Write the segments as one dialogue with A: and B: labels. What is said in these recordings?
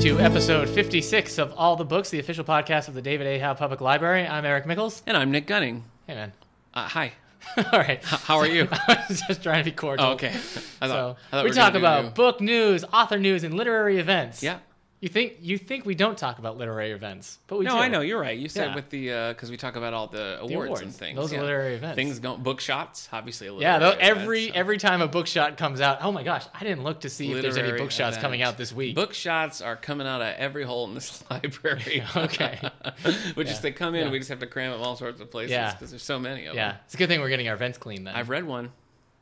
A: to episode 56 of All the Books, the official podcast of the David A. Howe Public Library. I'm Eric Mickles.
B: And I'm Nick Gunning.
A: Hey, man.
B: Uh, hi.
A: All right.
B: How are you?
A: I was just trying to be cordial.
B: Oh, okay. I
A: So
B: thought, I thought
A: we,
B: were
A: talk
B: gonna do
A: about
B: you.
A: book news, author news, and literary events.
B: Yeah.
A: You think you think we don't talk about literary events, but we
B: No,
A: do.
B: I know you're right. You said
A: Yeah.
B: with the because we talk about all the awards, and
A: awards.
B: things.
A: Those are literary events.
B: Things go book shots, obviously. A
A: Yeah, though
B: literary event,
A: every
B: so.
A: every time a book shot comes out, oh my gosh, I didn't look to see if there's any
B: Literary
A: book shots coming
B: event.
A: out this week.
B: Book shots are coming out of every hole in this library.
A: okay.
B: Which
A: Yeah.
B: is they come in,
A: Yeah.
B: we just have to cram them all sorts of places
A: Yeah.
B: because there's so many of
A: yeah,
B: them.
A: it's a good thing we're getting our vents clean then.
B: I've read one.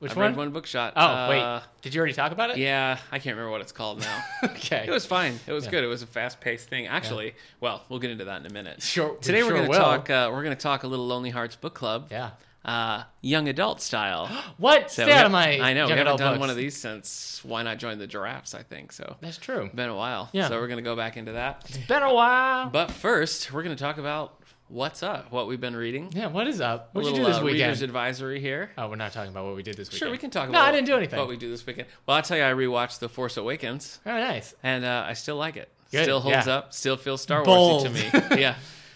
A: Which
B: I've
A: one?
B: read one book shot.
A: Oh
B: Uh,
A: wait, did you already talk about it?
B: Yeah, I can't remember what it's called now.
A: okay.
B: It was fine. It was
A: Yeah.
B: good. It was a fast-paced thing. Actually, well, we'll get into that in a minute.
A: Sure- we
B: Today
A: sure
B: we're going
A: will.
B: to talk. Uh, we're going to talk a little Lonely Hearts book club.
A: yeah.
B: Uh, young adult style.
A: What?
B: So
A: Stay out
B: we-
A: of my.
B: I know
A: young
B: we haven't
A: adult
B: done
A: books.
B: one of these since. Why not join the giraffes? I think so.
A: That's true.
B: Been a while.
A: Yeah.
B: So we're going to go back into that.
A: It's been a while.
B: But first, we're going to talk about what's up, what we've been reading.
A: yeah. What is up?
B: A
A: What did you do
B: little,
A: this
B: uh,
A: weekend?
B: reader's advisory here.
A: oh, we're not talking about what we did this weekend.
B: Sure, we can talk
A: No,
B: about
A: I didn't do anything.
B: what we do this weekend. Well, I'll tell you, I rewatched The Force Awakens.
A: Very Oh, nice.
B: and uh, I still like it.
A: Good,
B: Still holds
A: yeah.
B: up. Still feels Star
A: Bold.
B: Warsy to me. yeah,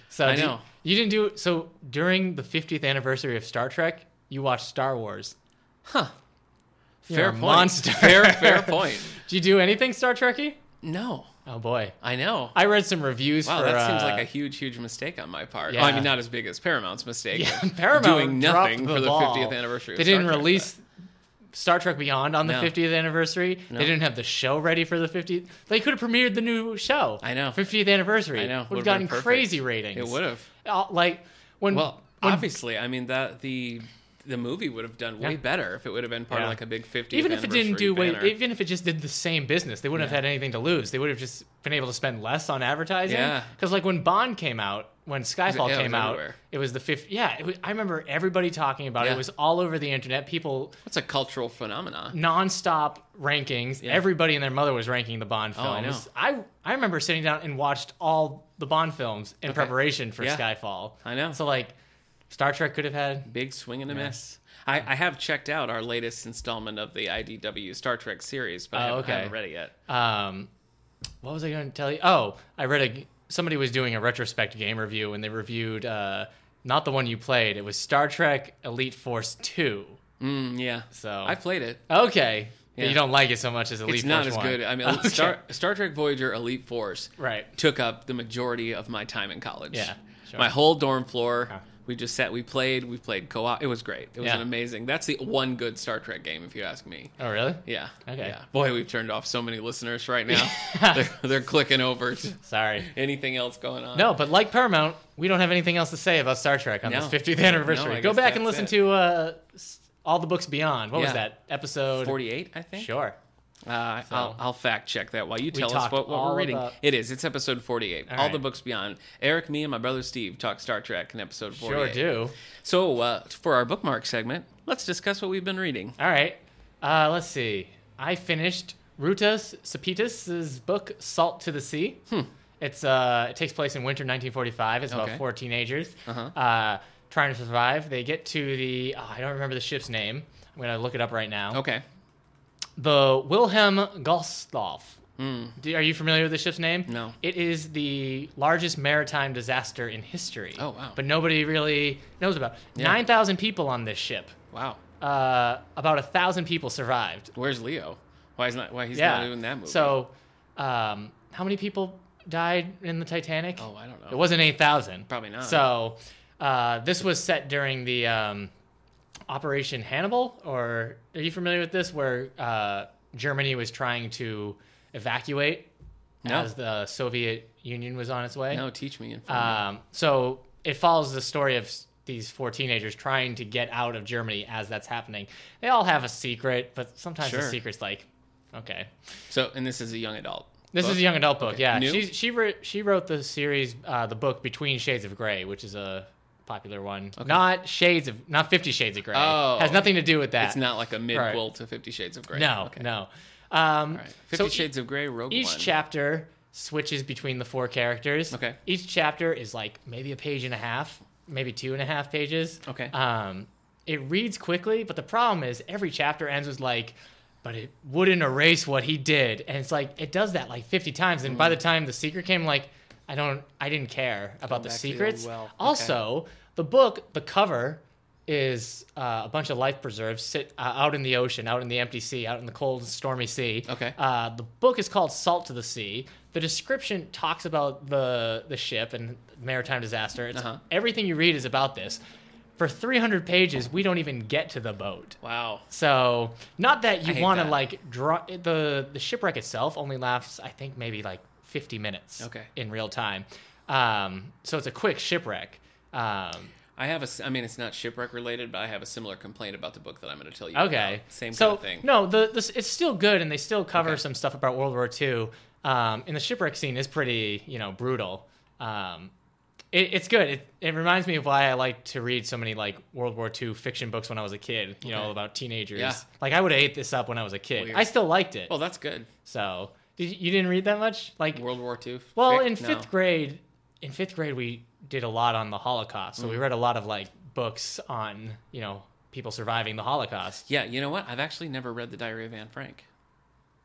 A: So
B: I
A: do you-
B: know.
A: you, didn't do so during the 50th anniversary of Star Trek. You watched Star Wars. You're
B: fair
A: a
B: point.
A: monster.
B: Fair, fair point.
A: Did you do anything Star Trekky?
B: No,
A: Oh boy,
B: I know.
A: I read some reviews.
B: Wow,
A: for,
B: that seems
A: uh,
B: like a huge, huge mistake on my part.
A: yeah.
B: Oh, I mean, not as big as Paramount's mistake.
A: Yeah,
B: of
A: Paramount
B: doing
A: dropped
B: nothing for the
A: ball.
B: 50th anniversary. of
A: They
B: Star
A: didn't
B: Trek.
A: release Star Trek Beyond on the
B: No.
A: 50th anniversary.
B: No.
A: They didn't have the show ready for the 50th. They could have premiered the new show.
B: I know.
A: 50th anniversary.
B: I know.
A: Would have
B: Would've
A: gotten
B: been perfect.
A: crazy ratings.
B: It would have.
A: Uh, Like when
B: Well,
A: when-
B: obviously, I mean that the the movie would have done way
A: Yeah.
B: better if it would have been part
A: Yeah.
B: of like a big 50th.
A: even if it didn't do
B: way,
A: way, even if it just did the same business, they wouldn't have had anything to lose. They would have just been able to spend less on advertising.
B: Yeah.
A: Because like when Bond came out, when Skyfall
B: yeah, it
A: came
B: was
A: out,
B: everywhere.
A: it was the fifth. Yeah, it was, I remember everybody talking about it. It
B: Yeah.
A: was all over the internet. People
B: it's a cultural
A: Mm.
B: phenomenon.
A: nonstop rankings. Everybody and their mother was ranking the Bond films.
B: Oh, I
A: I, I remember sitting down and watched all the Bond films in preparation for
B: Yeah.
A: Skyfall.
B: I know.
A: So like, Star Trek could have had.
B: Big swing and a miss. I, I have checked out our latest installment of the IDW Star Trek series, but I,
A: Oh,
B: haven't,
A: okay.
B: I haven't read it yet.
A: Um, what was I going to tell you? Oh, I read a somebody was doing a retrospect game review and they reviewed uh, not the one you played. It was Star Trek Elite Force Two.
B: Mm, yeah.
A: So-
B: I played it.
A: Okay.
B: Yeah.
A: You don't like it so much as Elite
B: it's not
A: Force
B: as
A: 1.
B: good. I mean,
A: Okay.
B: Star, Star Trek Voyager Elite Force
A: Right.
B: took up the majority of my time in college.
A: Yeah, sure.
B: My whole dorm floor. We just sat, we played, we played co op. It was great. It was
A: Yeah.
B: an amazing. That's the one good Star Trek game, if you ask me.
A: Oh really?
B: Yeah.
A: Okay.
B: Yeah. Boy, we've turned off so many listeners right now. they're, they're clicking over to
A: Sorry.
B: anything else going on.
A: No, but like Paramount, we don't have anything else to say about Star Trek on
B: No.
A: this 50th anniversary.
B: No, I
A: Go
B: guess
A: back and
B: that's
A: listen
B: it.
A: to uh, s- all the books beyond. What was
B: Yeah.
A: that episode?
B: 48, I think.
A: Sure.
B: Uh, I'll, I'll fact check that while you tell us
A: talked
B: what, what
A: all
B: we're reading.
A: about-
B: It is. It's episode 48. All,
A: right.
B: the books beyond. Eric, me, and my brother Steve talk Star Trek in episode
A: Sure
B: 48.
A: do.
B: So, uh, for our bookmark segment, let's discuss what we've been reading.
A: All right. Uh, let's see. I finished Rutas Sepitas' book Salt to the Sea. It's uh, it takes place in winter 1945. It's about
B: Hmm. Okay. Uh-huh.
A: four teenagers uh, trying to survive. They get to the oh, I don't remember the ship's name. I'm gonna look it up right now.
B: Okay.
A: the Wilhelm Gustloff. Do- Are you familiar with the ship's name?
B: Hmm. No.
A: It is the largest maritime disaster in history.
B: Oh, wow.
A: But nobody really knows about. it. Nine thousand people on this ship.
B: Wow.
A: Uh, about a thousand people survived.
B: Where's Leo? Why is not why he's
A: yeah.
B: not doing that movie?
A: So, um, how many people died in the Titanic?
B: oh, I don't know.
A: It wasn't 8,000.
B: Probably not.
A: So uh, this was set during the um, Operation Hannibal, or are you familiar with this? Where uh, Germany was trying to evacuate
B: No.
A: as the Soviet Union was on its way.
B: no, teach me. inform me.
A: Um, so it follows the story of s- these four teenagers trying to get out of Germany as that's happening. They all have a secret, but sometimes the
B: Sure.
A: secret's like, okay.
B: so, and this is a young adult.
A: This
B: book?
A: is a young adult book, yeah.
B: New?
A: She she wrote, she wrote the series, uh, the book Between Shades of Grey, which is a popular one. Not Shades of, not Fifty Shades of Grey.
B: Oh.
A: has nothing to do with that.
B: It's not like a midquel to Fifty Shades of Grey.
A: No,
B: Okay.
A: no. Um,
B: All right.
A: so
B: Fifty
A: e-
B: Shades of Grey. Rogue
A: each
B: One.
A: chapter switches between the four characters.
B: Okay.
A: Each chapter is like maybe a page and a half, maybe two and a half pages.
B: Okay.
A: Um, it reads quickly, but the problem is every chapter ends with like but it wouldn't erase what he did. And it's like it does that like 50 times. And
B: Hmm.
A: by the time the secret came, like I don't, I didn't care about the
B: back to the old
A: secrets.
B: well. Okay.
A: Also, the book, the cover is uh, a bunch of life preserves sit uh, out in the ocean, out in the empty sea, out in the cold, stormy sea.
B: Okay.
A: Uh, the book is called Salt to the Sea. The description talks about the the ship and maritime disaster. It's,
B: Uh-huh.
A: Everything you read is about this. For 300 pages, we don't even get to the boat.
B: Wow.
A: So, not that
B: I
A: you
B: hate
A: want to
B: that.
A: like draw the the shipwreck itself only lasts I think maybe like 50 minutes
B: Okay.
A: in real time. Um, so it's a quick shipwreck. Um,
B: I have a. s- I mean, it's not shipwreck related, but I have a similar complaint about the book that I'm going to tell you.
A: okay,
B: about. Same
A: so,
B: kind of thing.
A: No, the this it's still good, and they still cover
B: Okay.
A: some stuff about World War II. Um, and the shipwreck scene is pretty you know brutal. Um, it, it's good. It, it reminds me of why I like to read so many like World War II fiction books when I was a kid. You know
B: Okay.
A: about teenagers.
B: Yeah.
A: Like I would have ate this up when I was a kid.
B: Weird.
A: I still liked it.
B: Well, Oh, that's good.
A: So did you, you didn't read that much? Like,
B: World War II.
A: well,
B: fic?
A: in
B: No.
A: fifth grade, in fifth grade we did a lot on the Holocaust, so
B: Mm.
A: we read a lot of like books on you know people surviving the Holocaust.
B: Yeah, you know what? I've actually never read The Diary of Anne Frank.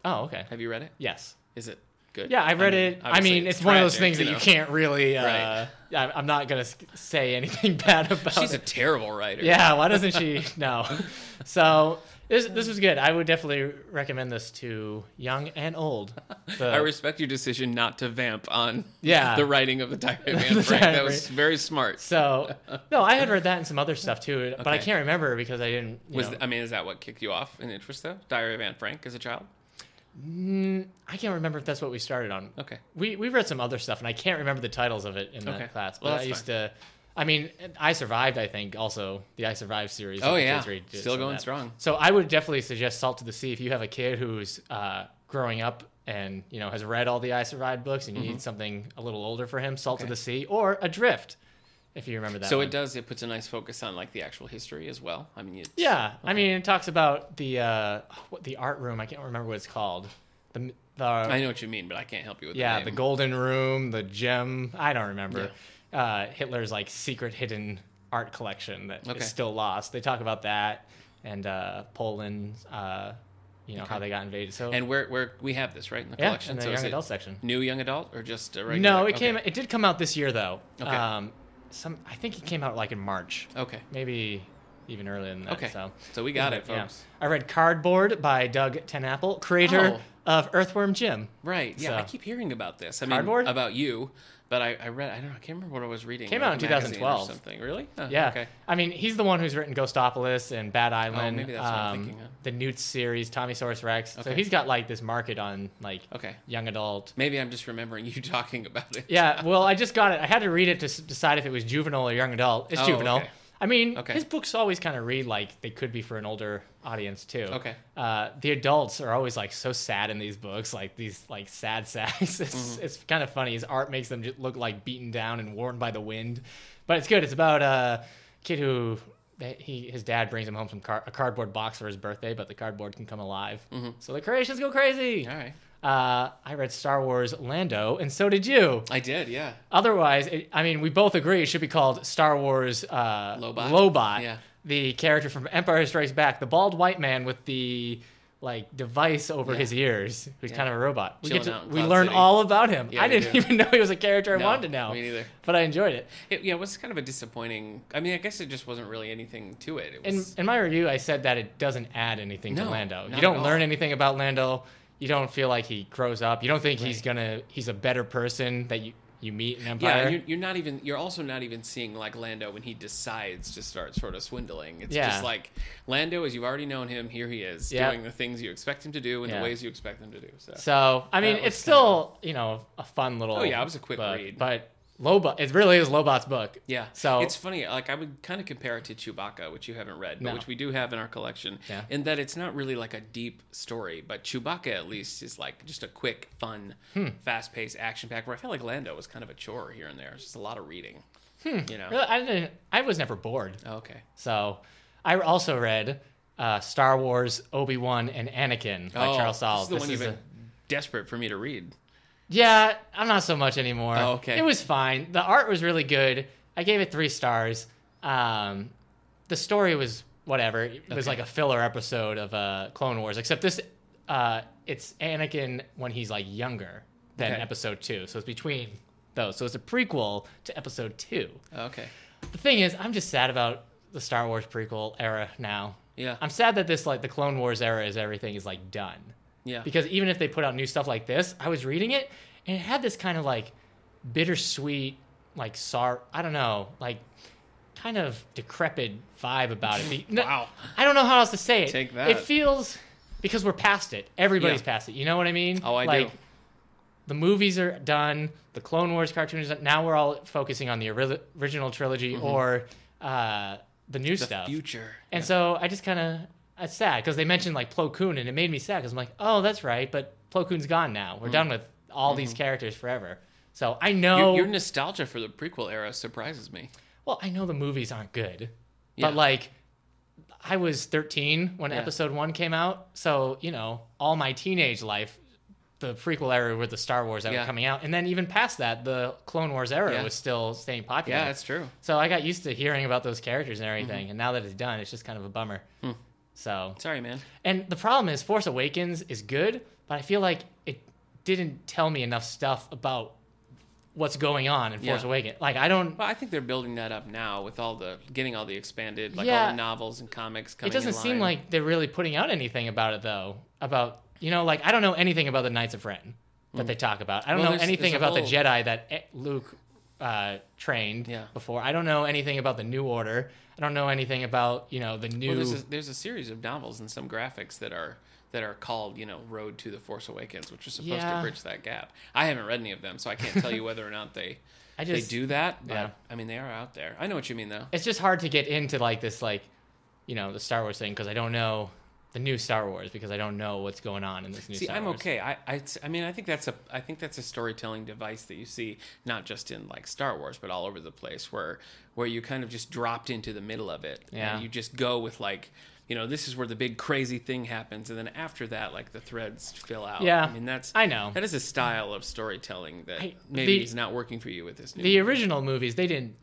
A: Oh, okay.
B: Have you read it?
A: Yes.
B: Is it good?
A: Yeah, I read it. I
B: obviously
A: mean, it's, one of those things
B: tragic,
A: that you
B: know.
A: can't really. Uh,
B: Right.
A: I- I'm not gonna s- say anything bad about.
B: She's a
A: it.
B: terrible writer.
A: Yeah, why doesn't she? No. So this this was good. I would definitely recommend this to young and old. The-
B: I respect your decision not to vamp on
A: Yeah.
B: the writing of the Diary of
A: The
B: Anne Frank. That
A: Diary.
B: was very smart.
A: So no, I had read that and some other stuff too, but I
B: Okay.
A: can't remember because I didn't. You
B: Was
A: know,
B: I mean, is that what kicked you off in interest though? Diary of Anne Frank as a child? uh,
A: Mm, I can't remember if that's what we started on.
B: Okay.
A: We we read some other stuff, and I can't remember the titles of it in
B: Okay.
A: that class. But
B: Well,
A: I
B: that's
A: used to. I mean, I survived. I think also the I survived series. that
B: Oh,
A: the
B: yeah.
A: kids read did some
B: Still
A: of
B: going
A: that.
B: strong.
A: So I would definitely suggest Salt to the Sea if you have a kid who's uh, growing up and you know has read all the I survived books, and you need something a little older for him. Salt
B: Mm-hmm. Okay.
A: to the Sea or Adrift, if you remember that.
B: So
A: one.
B: it does. It puts a nice focus on like the actual history as well. I mean, it's,
A: Yeah, I mean, it talks about the uh, what the art room. I can't remember what it's called. The the
B: I know what you mean, but I can't help you with
A: yeah,
B: the
A: the
B: name.
A: golden room, the gem. I don't remember. Uh, Hitler's like secret hidden art collection that is
B: Okay.
A: still lost. They talk about that and uh, Poland. Uh, you know how they got invaded. So
B: and where where we have this right in the
A: yeah,
B: collection.
A: in the
B: so is
A: young
B: it
A: adult section.
B: new young adult or just a regular?
A: No, it
B: okay.
A: came. It did come out this year though.
B: Okay.
A: Um, some I think it came out like in March,
B: Okay.
A: maybe even earlier than that.
B: Okay. So,
A: So.
B: we got it,
A: Yeah.
B: folks.
A: I read Cardboard by Doug Tenapple, creator
B: Oh.
A: of Earthworm Jim.
B: Right. Yeah. I
A: So-
B: keep hearing about this. I mean,
A: Cardboard?
B: about you, but I, I read. I don't know. I can't remember what I was reading.
A: Came
B: like
A: out
B: a
A: in
B: magazine or
A: 2012.
B: Something. Really? Huh,
A: Yeah.
B: Okay. Oh,
A: I mean, he's the one who's written Ghostopolis and Bad Island,
B: maybe that's what I'm
A: um,
B: thinking of.
A: the Newt series, Tommy Source Rex. So
B: Okay.
A: he's got like this market on like
B: Okay.
A: young adult.
B: Maybe I'm just remembering you talking about it.
A: Yeah. Well, I just got it. I had to read it to s- decide if it was juvenile or young adult. It's
B: Oh,
A: juvenile.
B: okay.
A: I mean,
B: Okay.
A: his books always kind of read like they could be for an older audience too.
B: Okay.
A: Uh, the adults are always like so sad in these books, like these like sad sacks. It's,
B: Mm-hmm.
A: it's kind of funny. His art makes them just look like beaten down and worn by the wind, but it's good. It's about a kid who that he his dad brings him home some car, a cardboard box for his birthday, but the cardboard can come alive. So the creations go crazy.
B: Mm-hmm. All right.
A: Uh, I read Star Wars Lando, and so did you.
B: I did. Yeah.
A: Otherwise, it, I mean, we both agree it should be called Star Wars uh,
B: Lobot?
A: Lobot.
B: Yeah.
A: The character from Empire Strikes Back, the bald white man with the like device over
B: Yeah.
A: his ears, who's kind of a robot. We,
B: Chilling
A: to,
B: out in
A: we
B: Cloud
A: learn
B: City.
A: all about him.
B: Yeah,
A: I
B: we
A: didn't
B: do.
A: even know he was a character I
B: No,
A: wanted to know.
B: me neither.
A: But I enjoyed it.
B: It, yeah. It was kind of a disappointing. I mean, I guess it just wasn't really anything to it. It
A: In
B: was.
A: in my review, I said that it doesn't add anything to
B: No,
A: Lando.
B: not
A: You
B: at
A: don't
B: all.
A: learn anything about Lando. You don't feel like he grows up. You don't think he's gonna. He's a better person that you you meet in Empire.
B: yeah, and you're, you're not even. You're also not even seeing like Lando when he decides to start sort of swindling. It's
A: Yeah.
B: just like Lando, as you've already known him. Here he is
A: Yeah.
B: doing the things you expect him to do in
A: Yeah.
B: the ways you expect him to do. So,
A: So I mean,
B: That was
A: it's still you know a fun little.
B: Oh, yeah, it was a quick
A: book,
B: read.
A: but Lobot. It really is Lobot's book.
B: yeah.
A: So-
B: it's funny. Like I would kind of compare it to Chewbacca, which you haven't read, but
A: No.
B: which we do have in our collection.
A: Yeah.
B: In that it's not really like a deep story, but Chewbacca at least is like just a quick, fun,
A: Hmm.
B: fast-paced action pack. Where I feel like Lando was kind of a chore here and there. It's just a lot of reading. You know.
A: Hmm. Really, I didn't. I was never bored.
B: Oh, okay.
A: So I also read uh, Star Wars, Obi Wan, and Anakin by
B: oh,
A: Charles Soule.
B: This is the one you've
A: a-
B: been desperate for me to read.
A: Yeah, I'm not so much anymore.
B: Oh, okay.
A: It was fine. The art was really good. I gave it three stars. Um, the story was whatever. It was
B: Okay.
A: like a filler episode of uh, Clone Wars, except this uh, it's Anakin when he's like younger than
B: Okay.
A: Episode Two, so it's between those. So it's a prequel to Episode Two.
B: Oh, Okay.
A: The thing is, I'm just sad about the Star Wars prequel era now.
B: Yeah.
A: I'm sad that this like the Clone Wars era is everything is like done.
B: yeah.
A: Because even if they put out new stuff like this, I was reading it and it had this kind of like bittersweet, like sor I don't know, like kind of decrepit vibe about it. Be- no-
B: Wow.
A: I don't know how else to say it.
B: Take that.
A: It feels because we're past it. Everybody's
B: Yeah.
A: past it. You know what I mean?
B: Oh, I
A: like,
B: do.
A: The movies are done. The Clone Wars cartoon is done. Now we're all focusing on the ori- original trilogy or uh, the new
B: Mm-hmm. the
A: stuff.
B: future.
A: And so I just kind of, it's sad because they mentioned like Plo Koon and it made me sad because I'm like, oh, that's right, but Plo Koon's gone now.
B: Mm.
A: We're done with all
B: Mm-hmm.
A: these characters forever. So I know,
B: Your, your nostalgia for the prequel era surprises me.
A: well, I know the movies aren't good,
B: Yeah.
A: but like I was 13 when episode one came out. So, you know, all my teenage life, the prequel era were the Star Wars that
B: Yeah.
A: were coming out. And then even past that, the Clone Wars era
B: Yeah.
A: was still staying popular.
B: Yeah, Mm-hmm. that's true.
A: so I got used to hearing about those characters and everything. And now that it's done, it's just kind of a bummer.
B: Hmm.
A: So
B: Sorry, man.
A: And the problem is, Force Awakens is good, but I feel like it didn't tell me enough stuff about what's going on in Force
B: Yeah.
A: Awakens. Like, I don't.
B: Well, I think they're building that up now with all the getting all the expanded, like all
A: Yeah.
B: the novels and comics coming.
A: It doesn't
B: in
A: seem
B: line.
A: like they're really putting out anything about it, though. About you know, like I don't know anything about the Knights of Ren that they talk about. I don't
B: Mm. Well,
A: know
B: there's-
A: anything
B: there's a
A: about the
B: whole-
A: Jedi that eh, Luke uh, trained
B: Yeah.
A: before. I don't know anything about the New Order. I don't know anything about you know the new.
B: Well, there's a, there's a series of novels and some graphics that are that are called, you know, Road to the Force Awakens, which are supposed to
A: Yeah.
B: bridge that gap. I haven't read any of them, so I can't tell you whether or not they
A: I just
B: they do that. But
A: yeah.
B: I mean, they are out there. I know what you mean, though.
A: it's just hard to get into like this like you know the star wars thing because i don't know the new star wars because i don't know what's going on in this new
B: See,
A: star
B: I'm
A: wars
B: okay. I, I, I mean, I think that's a, I think that's a storytelling device that you see not just in like Star Wars, but all over the place, where, where you kind of just dropped into the middle of it,
A: Yeah.
B: and you just go with like, you know, this is where the big crazy thing happens, and then after that, like the threads fill out.
A: Yeah.
B: I mean, that's,
A: I know.
B: that is a style of storytelling that
A: I-
B: maybe
A: the-
B: is not working for you with this new.
A: the original movies they didn't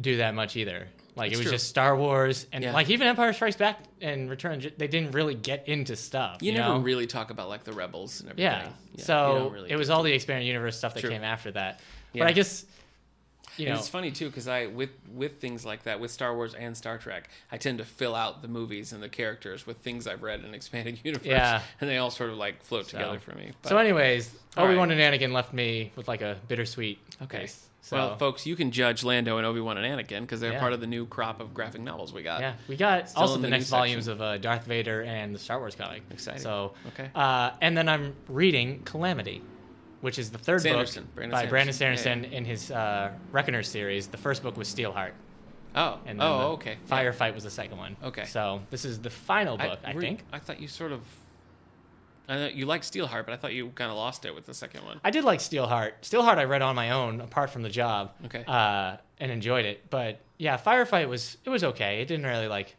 A: do that much either like
B: That's
A: it was
B: true.
A: just star wars and
B: Yeah.
A: like even empire strikes back and return of the Je- they didn't really get into stuff
B: you
A: you,
B: never
A: know
B: really talk about like the rebels and everything.
A: yeah.
B: you
A: so
B: don't really
A: it was all the expanded universe stuff that
B: True.
A: came after that
B: Yeah.
A: but i guess you
B: And
A: know
B: it's funny too because I with with things like that with Star Wars and Star Trek, I tend to fill out the movies and the characters with things I've read in expanded universe,
A: Yeah.
B: and they all sort of like float together for me. But,
A: so anyways obi-wan
B: right.
A: and anakin left me with like a bittersweet
B: okay,
A: taste. so
B: well, folks, you can judge Lando and Obi Wan and Anakin because they're
A: Yeah.
B: part of the new crop of graphic novels we got.
A: Yeah, we got
B: Still
A: also
B: in
A: the,
B: the
A: next
B: new
A: volumes of uh, Darth Vader and the Star Wars comic.
B: Exciting.
A: So
B: Okay.
A: uh, and then I'm reading Calamity, which is the third
B: Sanderson,
A: book
B: Brandon
A: by Brandon
B: Sanderson.
A: Sanderson in his uh, Reckoner series. The first book was Steelheart,
B: Oh,
A: and then
B: oh,
A: the
B: okay.
A: Firefight was the second one.
B: Okay.
A: so this is the final
B: Yeah.
A: book, I,
B: were-
A: think.
B: I thought you sort of. I know you like Steelheart, but I thought you kind of lost it with the second one.
A: I did like Steelheart. Steelheart I read on my own, apart from the job.
B: Okay.
A: Uh, and enjoyed it, but yeah, Firefight was it was okay. It didn't really like.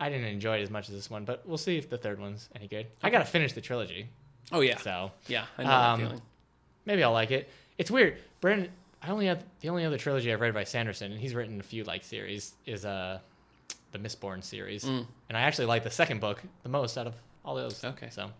A: I didn't enjoy it as much as this one, but we'll see if the third one's any good. I gotta finish the trilogy,
B: Oh yeah,
A: so
B: yeah, I know
A: Um,
B: that feeling.
A: Maybe I'll like it. It's weird. Brandon, I only have the only other trilogy I've read by Sanderson, and he's written a few like series, is uh the Mistborn series, and I actually like the second book the most out of all those.
B: Okay.
A: so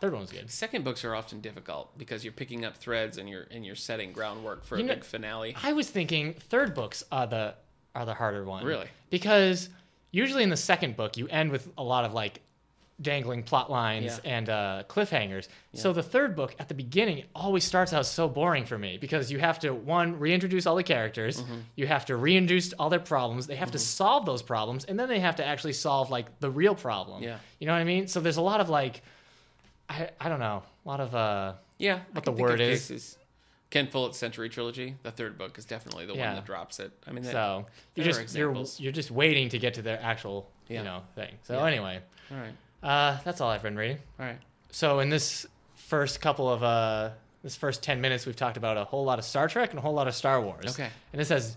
A: third one's good.
B: Second books are often difficult because you're picking up threads and you're and you're setting groundwork for
A: You
B: a
A: know-
B: big finale.
A: I was thinking third books are the are the harder one.
B: Really?
A: Because usually in the second book you end with a lot of like dangling plot lines
B: Yeah.
A: and uh, cliffhangers. So the third book at the beginning always starts out so boring for me because you have to one reintroduce all the characters,
B: Mm-hmm.
A: you have to reintroduce all their problems, they have to solve those problems, and then they have to actually solve like the real problem.
B: Yeah.
A: You know what I mean? So there's a lot of like, I I don't know, a lot of uh.
B: Yeah,
A: What the word is.
B: Cases. Ken Follett's Century Trilogy, the third book, is definitely the
A: Yeah.
B: one that drops it. I mean, that,
A: So
B: there
A: you're
B: are
A: just you're
B: examples.
A: you're just waiting to get to their actual
B: Yeah.
A: you know thing. So
B: Yeah.
A: anyway,
B: all right,
A: uh, that's all I've been reading.
B: all right.
A: So in this first couple of uh, this first ten minutes, we've talked about a whole lot of Star Trek and a whole lot of Star Wars.
B: Okay.
A: And this has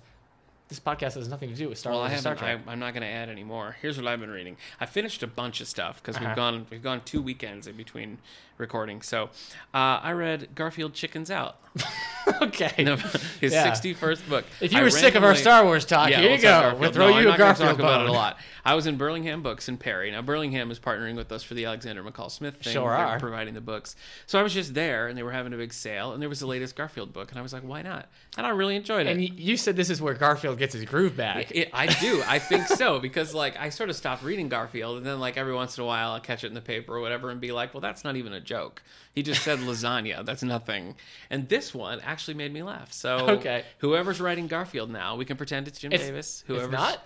A: This podcast has nothing to do with Star
B: Well, I
A: Wars or Star
B: haven't.
A: Trek.
B: I, I'm not going to add any more. Here's what I've been reading. I finished a bunch of stuff because
A: Uh-huh.
B: we've gone we've gone two weekends in between recording. So uh, I read Garfield Chicken's Out,
A: okay.
B: No, his
A: Yeah.
B: 61st book.
A: If you
B: I
A: were sick of our
B: randomly-
A: Star Wars talk,
B: Yeah,
A: Uh, here
B: we'll
A: you
B: talk
A: go.
B: Garfield.
A: We'll throw
B: No, I'm
A: you a
B: not gonna
A: Garfield
B: talk about
A: bone.
B: it a lot. I was in Burlingham Books in Perry. Now Burlingham is partnering with us for the Alexander McCall Smith thing.
A: Sure
B: They're
A: are.
B: providing the books. So I was just there, and they were having a big sale, and there was the latest Garfield book, and I was like, why not? And I really enjoyed it.
A: And you, you said this is where Garfield gets his groove back.
B: It, I do. I think so because like I sort of stopped reading Garfield, and then like every once in a while I'll catch it in the paper or whatever, and be like, "Well, that's not even a joke. He just said lasagna. That's nothing." And this one actually made me laugh. So
A: Okay.
B: whoever's writing Garfield now, we can pretend it's Jim
A: It's-
B: Davis.
A: it's
B: Whoever's
A: not?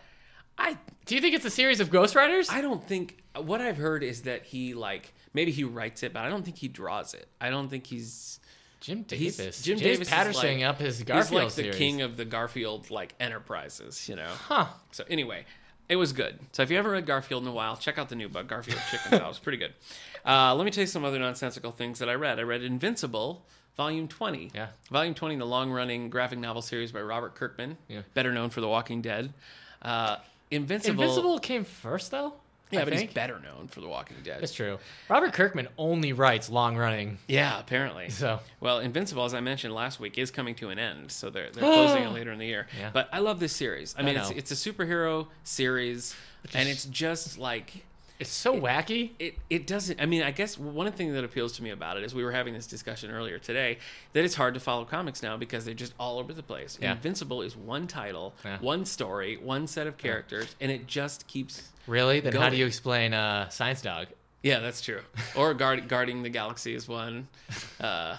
B: I
A: Do you think it's a series of ghostwriters?
B: I don't think what I've heard is that he like maybe he writes it, but I don't think he draws it. I don't think he's
A: Jim
B: he's-
A: Davis.
B: Jim
A: James
B: Davis is
A: Patterson
B: like-
A: up his
B: he's
A: Garfield
B: like the
A: series.
B: king of the Garfield like enterprises. You know.
A: Huh.
B: So anyway, it was good. So if you haven't read Garfield in a while, check out the new book, Garfield Chicken House. Pretty good. Uh, let me tell you some other nonsensical things that I read. I read Invincible, Volume 20.
A: Yeah.
B: Volume 20, the long-running graphic novel series by Robert Kirkman,
A: Yeah.
B: better known for The Walking Dead. Uh, Invincible.
A: Invincible came first, though.
B: Yeah,
A: I
B: but
A: think.
B: he's better known for The Walking Dead.
A: That's true. Robert Kirkman only writes long running.
B: Yeah, apparently.
A: So-
B: well, Invincible, as I mentioned last week, is coming to an end, so they're they're closing it later in the year.
A: Yeah.
B: But I love this series. I mean,
A: know.
B: it's it's a superhero series, and it's just like
A: It's so wacky.
B: it it doesn't. I mean, I guess one thing that appeals to me about it is we were having this discussion earlier today that it's hard to follow comics now because they're just all over the place.
A: Yeah.
B: Invincible is one title,
A: Yeah.
B: one story, one set of characters, and it just keeps.
A: Really? Then how
B: Going.
A: do you explain uh, Science Dog?
B: Yeah, that's true. Or guard, guarding the galaxy is one. Uh,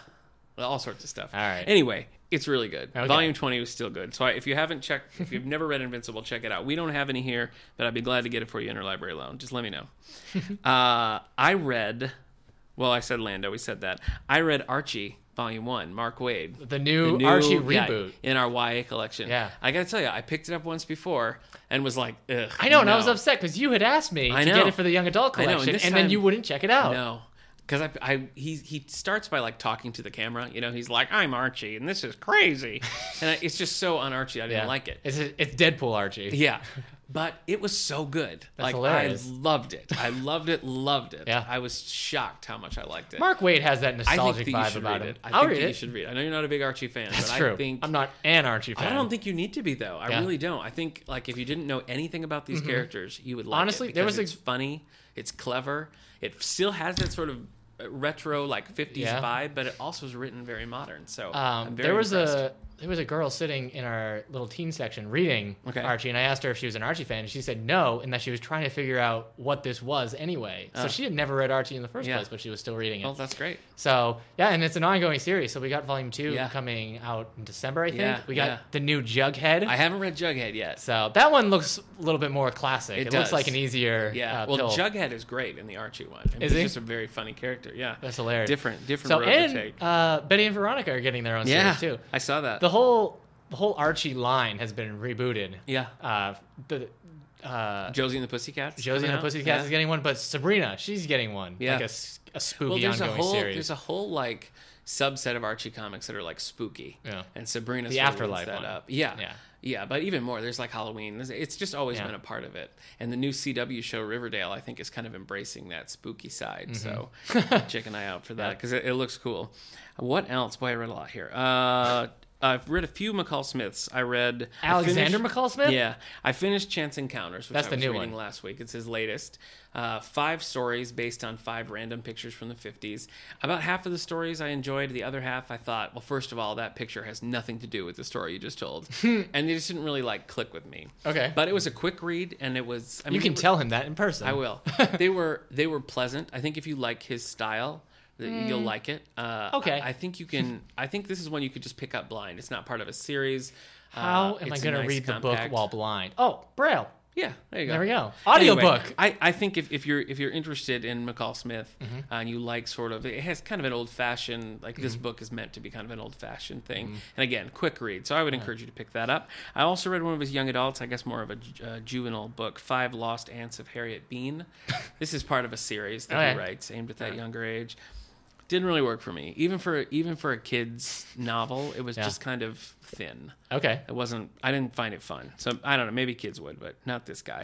B: all sorts of stuff.
A: All right.
B: Anyway, it's really good.
A: Okay.
B: Volume 20 was still good. So I, if you haven't checked, if you've never read Invincible, check it out. We don't have any here, but I'd be glad to get it for you interlibrary loan. Just let me know. uh, I read, well, I said Lando. We said that. I read Archie, Volume 1, Mark Wade.
A: The new, Archie
B: yeah,
A: reboot.
B: in our YA collection.
A: Yeah.
B: I gotta tell you, I picked it up once before and was like, Ugh,
A: I know, and I was
B: no.
A: upset because you had asked me
B: I
A: to get
B: know.
A: it for the young adult
B: I know, and
A: collection, and,
B: this
A: then
B: time-
A: you wouldn't check it out.
B: No, because I, I he he starts by like talking to the camera. You know, he's like, "I'm Archie, and this is crazy," and I, it's just so un Archie. I didn't
A: Yeah.
B: like it.
A: It's, it's Deadpool Archie.
B: Yeah, but it was so good. like
A: hilarious.
B: I loved it. I loved it. Loved it.
A: Yeah.
B: I was shocked how much I liked it.
A: Mark Wade has that
B: I think
A: nostalgic
B: that you
A: vibe
B: should
A: about
B: read
A: him.
B: it. I
A: I'll
B: think
A: read
B: that
A: it.
B: you should read. it. I know you're not a big Archie fan,
A: That's
B: but
A: true.
B: I think
A: I'm not an Archie fan.
B: I don't think you need to be though. I
A: Yeah. Mm-hmm.
B: really don't. I think like if you didn't know anything about these characters, you would like
A: Honestly,
B: It
A: there was
B: because
A: a-
B: it's funny, it's clever, it still has that sort of uh, retro like '50s
A: Yeah.
B: vibe, but it also is written very modern. So
A: Um,
B: I'm very
A: there was
B: impressed.
A: a there was a girl sitting in our little teen section reading
B: Okay.
A: Archie, and I asked her if she was an Archie fan, and she said no, and that she was trying to figure out what this was anyway. So
B: Uh.
A: she had never read Archie in the first
B: Yeah.
A: place, but she was still reading it.
B: well, that's great.
A: So yeah, and it's an ongoing series. So we got volume two
B: Yeah.
A: coming out in December, I think.
B: Yeah,
A: we got
B: yeah.
A: the new Jughead.
B: I haven't read Jughead yet.
A: so that one looks a little bit more classic. It,
B: It
A: looks
B: does.
A: like an easier
B: Yeah,
A: uh,
B: well,
A: pill.
B: Jughead is great in the Archie one. I mean,
A: Is
B: he's
A: he?
B: just a very funny character. Yeah,
A: That's hilarious.
B: different, different
A: so
B: road to
A: and
B: take.
A: uh, Betty and Veronica are getting their own
B: yeah,
A: series too.
B: I saw that.
A: The whole the whole Archie line has been rebooted.
B: yeah,
A: Uh, the uh,
B: Josie and the Pussycats. is
A: Josie
B: coming
A: and the
B: out?
A: Pussycats
B: Yeah.
A: is getting one, but Sabrina, she's getting one.
B: Yeah.
A: Like a, s- a spooky
B: there's
A: ongoing
B: a whole
A: series.
B: there's a whole like subset of Archie comics that are like spooky.
A: Yeah.
B: And Sabrina's
A: The
B: sort of
A: Afterlife
B: leads that
A: one.
B: up. Yeah.
A: Yeah.
B: Yeah, but even more, there's like Halloween. There's- It's just always
A: Yeah.
B: been a part of it. And the new CW show Riverdale, I think, is kind of embracing that spooky side. So
A: Mm-hmm.
B: check an eye out for that because it, it looks cool. What else? Boy, I read a lot here. Uh, I've read a few McCall Smiths. I read I
A: Alexander
B: finished-
A: McCall Smith?
B: Yeah, I finished Chance Encounters, which
A: That's
B: I
A: the
B: was
A: new
B: reading
A: one.
B: last week. It's his latest. Uh, five stories based on five random pictures from the 50s. About half of the stories I enjoyed. The other half I thought, well, first of all, that picture has nothing to do with the story you just told.
A: Hmm.
B: and they just didn't really like click with me.
A: Okay.
B: But it was a quick read and it was. I mean,
A: you can
B: it-
A: tell him that in person.
B: I will. they were they were pleasant. I think if you like his style, that you'll like it. Uh,
A: Hmm. Okay.
B: I, I think you can. I think this is one you could just pick up blind. It's not part of a series. Uh,
A: How am I
B: it's a
A: going
B: nice
A: to read the book
B: compact-
A: while blind? Oh, Braille.
B: yeah, there you go.
A: There we go.
B: Anyway,
A: Audiobook.
B: I, I think if, if you're if you're interested in McCall Smith
A: Mm-hmm.
B: uh, and you like sort of it has kind of an old fashioned like this book is meant to be kind of an old fashioned thing.
A: Mm-hmm.
B: And again, quick read. So I would encourage you to pick that up. I also read one of his young adults, I guess more of a ju- uh, juvenile book, Five Lost Aunts of Harriet Bean. this is part of a series that
A: Okay.
B: he writes aimed at that younger age. didn't really work for me. Even for even for a kid's novel, it was
A: Yeah.
B: just kind of thin.
A: Okay.
B: It wasn't. I didn't find it fun. So I don't know. Maybe kids would, but not this guy.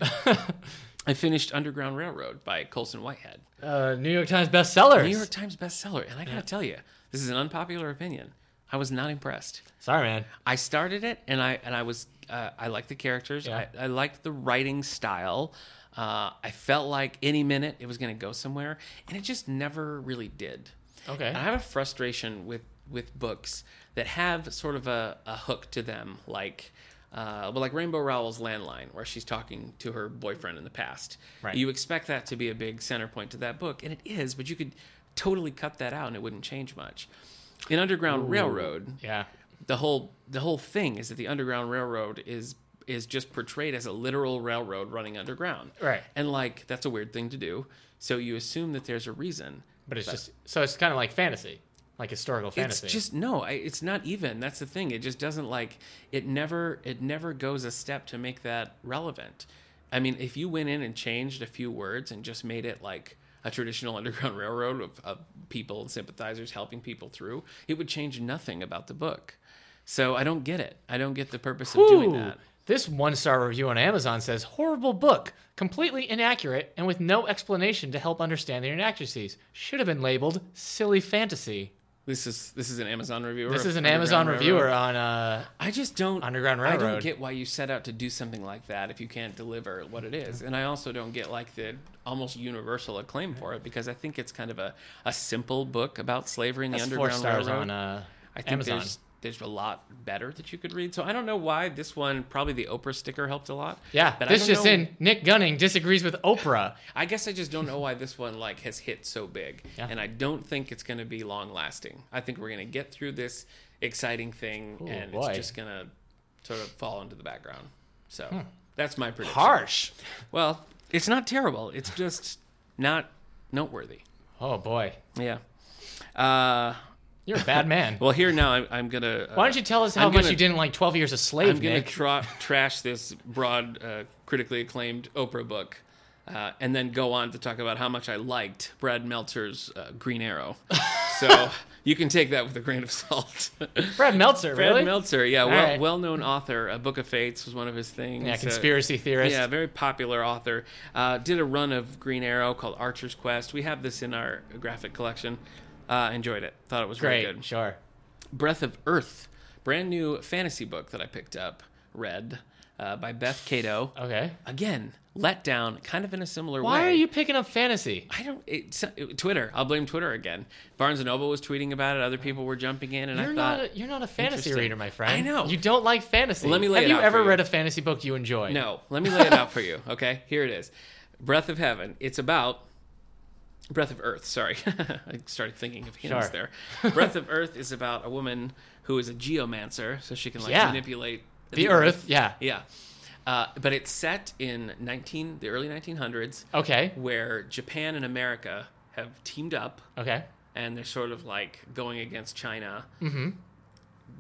B: I finished Underground Railroad by Colson Whitehead,
A: Uh, New York Times bestseller.
B: New York Times bestseller, and I gotta tell you, this is an unpopular opinion. I was not impressed.
A: Sorry, man.
B: I started it, and I and I was uh, I liked the characters.
A: Yeah.
B: I, I liked the writing style. Uh, I felt like any minute it was going to go somewhere, and it just never really did.
A: Okay.
B: And I have a frustration with with books that have sort of a, a hook to them, like uh, well, like Rainbow Rowell's Landline, where she's talking to her boyfriend in the past.
A: Right.
B: You expect that to be a big center point to that book, and it is, but you could totally cut that out, and it wouldn't change much. In Underground Railroad,
A: Yeah.
B: the whole the whole thing is that the underground railroad is is just portrayed as a literal railroad running underground
A: Right.
B: and like that's a weird thing to do so you assume that there's a reason
A: But it's just so it's kind of like fantasy, like historical fantasy.
B: it's just no I, it's not even that's the thing it just doesn't like it never it never goes a step to make that relevant i mean if you went in and changed a few words and just made it like a traditional underground railroad of, of people and sympathizers helping people through it would change nothing about the book so i don't get it i don't get the purpose of doing
A: Ooh,
B: that
A: This one star review on Amazon says horrible book, completely inaccurate, and with no explanation to help understand the inaccuracies. Should have been labeled silly fantasy.
B: this is this is an amazon reviewer
A: This
B: of
A: is an
B: Underground
A: Amazon
B: Railroad.
A: reviewer on uh
B: I just don't
A: Underground
B: I
A: Railroad.
B: don't get why you set out to do something like that if you can't deliver what it is, and I also don't get like the almost universal acclaim for it because I think it's kind of a, a simple book about slavery in the
A: that's four
B: underground
A: stars
B: railroad.
A: on uh
B: I think
A: Amazon.
B: there's there's a lot better that you could read. So I don't know why this one probably the Oprah sticker helped a lot.
A: Yeah,
B: but I
A: this
B: don't
A: just
B: know-
A: in: Nick Gunning disagrees with Oprah.
B: I guess I just don't know why this one like has hit so big,
A: Yeah.
B: and I don't think it's going to be long lasting. I think we're going to get through this exciting thing,
A: Ooh,
B: and
A: boy.
B: it's just going to sort of fall into the background. So
A: Hmm.
B: that's my prediction.
A: Harsh.
B: Well, it's not terrible. It's just not noteworthy.
A: Oh boy,
B: Yeah. Uh,
A: you're a bad man.
B: well, here now I'm, I'm gonna. Uh,
A: Why don't you tell us how
B: I'm
A: much
B: gonna-
A: you didn't like Twelve Years a Slave,
B: I'm gonna
A: Nick?
B: tra- trash this broad, uh, critically acclaimed Oprah book. Uh, and then go on to talk about how much I liked Brad Meltzer's uh, Green Arrow. So you can take that with a grain of salt.
A: Brad Meltzer,
B: Brad
A: really?
B: Meltzer, yeah, well,
A: right.
B: well-known author. A Book of Fates was one of his things.
A: yeah,
B: Uh,
A: conspiracy theorist.
B: yeah, very popular author. Uh, did a run of Green Arrow called Archer's Quest. We have this in our graphic collection. Uh, enjoyed it. Thought it was
A: Great,
B: really good.
A: sure.
B: Breath of Earth, brand new fantasy book that I picked up, read uh, by Beth Cato.
A: Okay.
B: Again, let down, kind of in a similar way.
A: Why are you picking up fantasy?
B: I don't. It's, it, Twitter. I'll blame Twitter again. Barnes and Noble was tweeting about it. Other people were jumping in, and
A: You're
B: I
A: not
B: thought,
A: a, you're not a fantasy
B: Interesting.
A: reader, my friend.
B: I know.
A: You don't like fantasy.
B: Let me lay
A: Have
B: it
A: you
B: out
A: ever
B: for you.
A: read a fantasy book you enjoyed?
B: No, let me lay it out for you. Okay, here it is. Breath of Heaven. It's about Breath of Earth. Sorry, I started thinking of hymns
A: Sure.
B: there. Breath of Earth is about a woman who is a geomancer, so she can like
A: Yeah.
B: manipulate
A: The Earth, yeah.
B: Yeah, uh, but it's set in nineteen the early nineteen hundreds,
A: Okay.
B: where Japan and America have teamed up
A: Okay.
B: and they're sort of like going against China. Mm-hmm.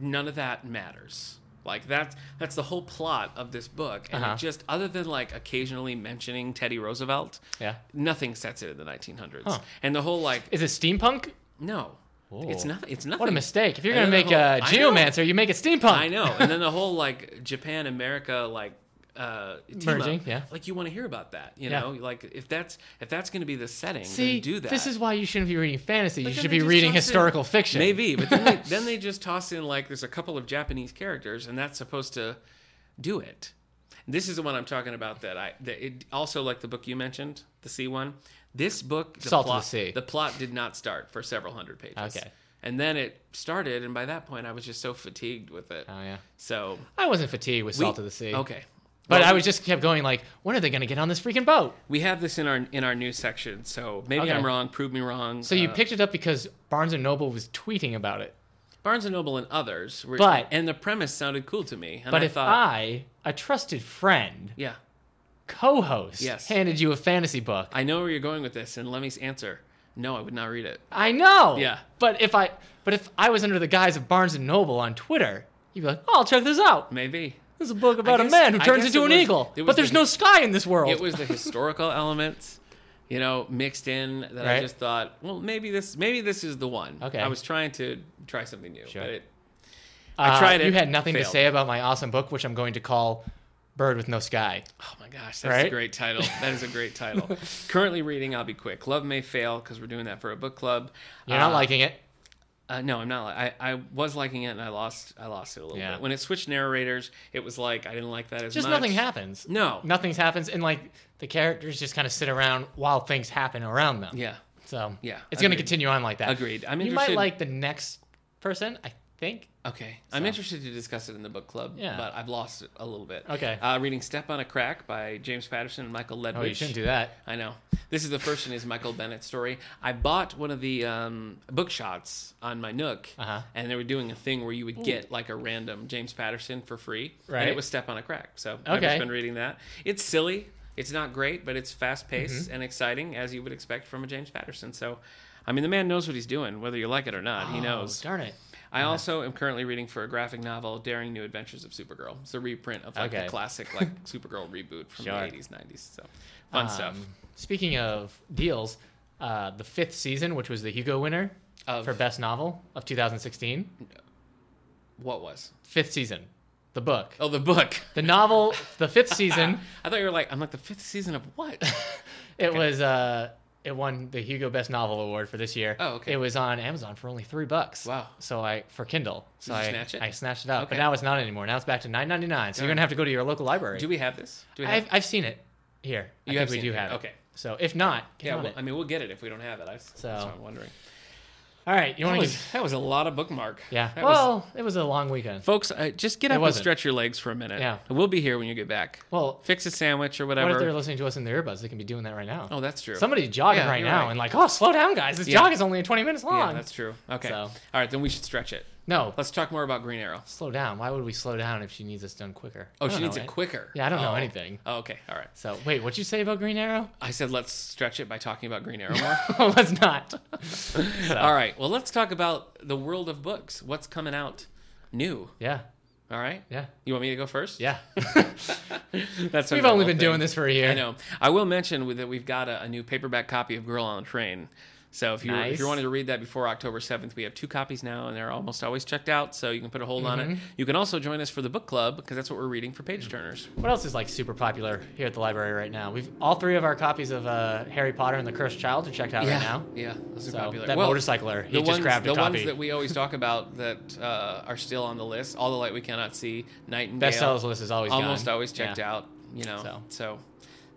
B: None of that matters. Like that's that's the whole plot of this book, and
A: Uh-huh.
B: it just other than like occasionally mentioning Teddy Roosevelt,
A: Yeah.
B: nothing sets it in the 1900s.
A: Huh.
B: And the whole like
A: Is it steampunk?
B: no, it's
A: Whoa.
B: nothing. It's nothing.
A: What a mistake! If you're
B: And
A: gonna
B: then
A: make
B: the
A: a
B: whole- I know.
A: geomancer, you make it steampunk.
B: I know. And then the whole like Japan America like uh team
A: Merging,
B: up,
A: yeah.
B: Like you want to hear about that, you
A: Yeah.
B: know? Like if that's if that's going to be the setting,
A: See,
B: then do that.
A: this is why you shouldn't be reading fantasy. you
B: then
A: should
B: they
A: be
B: just
A: reading
B: toss it-
A: historical fiction.
B: Maybe, but then they, then they just toss in like there's a couple of Japanese characters, and that's supposed to do it. This is the one I'm talking about that I that it also like the book you mentioned, the sea one. This book, the
A: Salt of the
B: plot,
A: Sea.
B: plot did not start for several hundred pages.
A: Okay.
B: and then it started, and by that point I was just so fatigued with it.
A: Oh yeah.
B: So
A: I wasn't fatigued with
B: we-
A: Salt of the Sea.
B: Okay,
A: But
B: Well,
A: I was just kept going like, when are they gonna get on this freaking boat?
B: we have this in our in our news section, so maybe
A: Okay.
B: I'm wrong. Prove me wrong.
A: So you
B: uh,
A: picked it up because Barnes and Noble was tweeting about it.
B: Barnes and Noble and others, were,
A: But-
B: and the premise sounded cool to me. And
A: But
B: I
A: if
B: thought,
A: I, a trusted friend,
B: yeah.
A: co-host,
B: Yes.
A: handed you a fantasy book,
B: I know where you're going with this, and Lemmy's answer: No, I would not read it.
A: I know.
B: Yeah.
A: But if I but if I was under the guise of Barnes and Noble on Twitter, you'd be like, "Oh, I'll check this out.
B: Maybe
A: This is a book about
B: guess-
A: a man who
B: I
A: turns
B: guess
A: into
B: it
A: an
B: was-
A: eagle.
B: it was
A: But there's
B: the-
A: no sky in this world."
B: it was the historical elements. you know, mixed in that I
A: Right.
B: just thought, well, maybe this, maybe this is the one.
A: Okay.
B: I was trying to try something new,
A: Sure.
B: but it,
A: Uh,
B: I tried it.
A: You had nothing to
B: failed.
A: say about my awesome book, which I'm going to call Bird with No Sky.
B: Oh my gosh, that's a
A: Right?
B: great title. That is a great title. Currently reading. I'll be quick. Love may fail because we're doing that for a book club.
A: You're not
B: Uh,
A: liking it.
B: Uh, no, I'm not. li- I, I was liking it, and I lost. I lost it a little
A: Yeah.
B: bit when it switched narrators. It was like I didn't like that as
A: Just
B: much.
A: nothing happens.
B: No.
A: Nothing happens. And like the characters just kind of sit around while things happen around them.
B: Yeah,
A: So
B: Yeah,
A: it's going to
B: agreed.
A: continue on like that.
B: agreed. I'm
A: you
B: interested.
A: might like the next person, I think.
B: Okay, I'm interested to discuss it in the book club.
A: Yeah.
B: but I've lost it a little bit.
A: Okay.
B: uh, reading "Step on a Crack" by James Patterson and Michael Ledwich.
A: Oh, you shouldn't do that.
B: I know. This is the first in his Michael Bennett story. I bought one of the um, book shots on my Nook,
A: Uh-huh.
B: and they were doing a thing where you would get like a random James Patterson for free, and
A: Right.
B: it was Step on a Crack. So I've just
A: Okay.
B: been reading that. It's silly. It's not great, but it's fast
A: Mm-hmm.
B: paced and exciting as you would expect from a James Patterson. So, I mean, the man knows what he's doing, whether you like it or not. he
A: Oh,
B: knows.
A: Darn it.
B: I also am currently reading for a graphic novel, Daring New Adventures of Supergirl. It's a reprint of like
A: Okay.
B: the classic like Supergirl reboot from
A: Sure.
B: the eighties, nineties. So fun stuff.
A: Um, Speaking of deals, uh, the fifth season, which was the Hugo winner
B: Of-
A: for best novel of 2016,
B: What was?
A: fifth season, the book,
B: Oh, the book.
A: the novel, the fifth season.
B: I thought you were like, I'm like the fifth season of what?
A: It was uh, it won the Hugo Best Novel Award for this year.
B: Oh, okay.
A: It was on Amazon for only three bucks.
B: Wow.
A: So I for Kindle. So
B: Did you
A: I
B: snatch it?
A: I snatched it up, but
B: Okay.
A: now it's not anymore. Now it's back to 9.99. So you're gonna have to go to your local library.
B: Do we have this? Do we have?
A: I've I've seen it here.
B: You
A: I
B: have
A: think we
B: seen
A: do
B: it here.
A: have it.
B: Okay.
A: So if not, get
B: yeah,
A: on
B: well,
A: it.
B: I mean, we'll get it if we don't have it. I, so, that's what I'm wondering.
A: All right. You
B: That
A: want to?
B: was, that was a lot of bookmark.
A: Yeah.
B: That was,
A: well, it was a long weekend.
B: folks, uh, just get up and
A: wasn't.
B: stretch your legs for a minute.
A: Yeah.
B: We'll be here when you get back.
A: Well,
B: Fix a sandwich or
A: what if they're
B: whatever.
A: listening to us in their earbuds? They can be doing that right now.
B: Oh, that's true.
A: Somebody's jogging
B: Yeah,
A: right
B: you're
A: now
B: right.
A: and like, oh, slow down, guys. This
B: Yeah.
A: jog is only 20 minutes long.
B: yeah, that's true. Okay.
A: So-
B: All right, then we should stretch it.
A: no,
B: Let's talk more about Green Arrow.
A: slow down. Why would we slow down if she needs this done quicker? I
B: Oh, she
A: don't
B: needs
A: know,
B: it
A: eh?
B: quicker.
A: Yeah, I don't know
B: Oh.
A: anything.
B: Oh, okay. All right.
A: So wait, what'd you say about Green Arrow?
B: I said let's stretch it by talking about Green Arrow more.
A: Oh, let's not.
B: All right. Well, let's talk about the world of books. What's coming out new?
A: Yeah,
B: All right.
A: yeah,
B: You want me to go first?
A: yeah.
B: That's
A: We've only been doing this for a year.
B: I know. I will mention with- that we've got a, a new paperback copy of Girl on a Train. So if you if
A: Nice.
B: you wanted to read that before October seventh, we have two copies now, and they're almost always checked out. So you can put a hold on it.
A: Mm-hmm.
B: You can also join us for the book club because that's what we're reading for page turners.
A: What else is like super popular here at the library right now? We've all three of our copies of uh, Harry Potter and the Cursed Child are checked out right now.
B: yeah, those are
A: So
B: popular.
A: that
B: Well,
A: motorcycler, he
B: the
A: just
B: ones,
A: grabbed a
B: the
A: copy.
B: ones that we always talk about that uh, are still on the list. All the light we cannot see, Nightingale,
A: Best sellers list is always
B: almost
A: gone.
B: always checked
A: Yeah.
B: out. You know,
A: So.
B: so,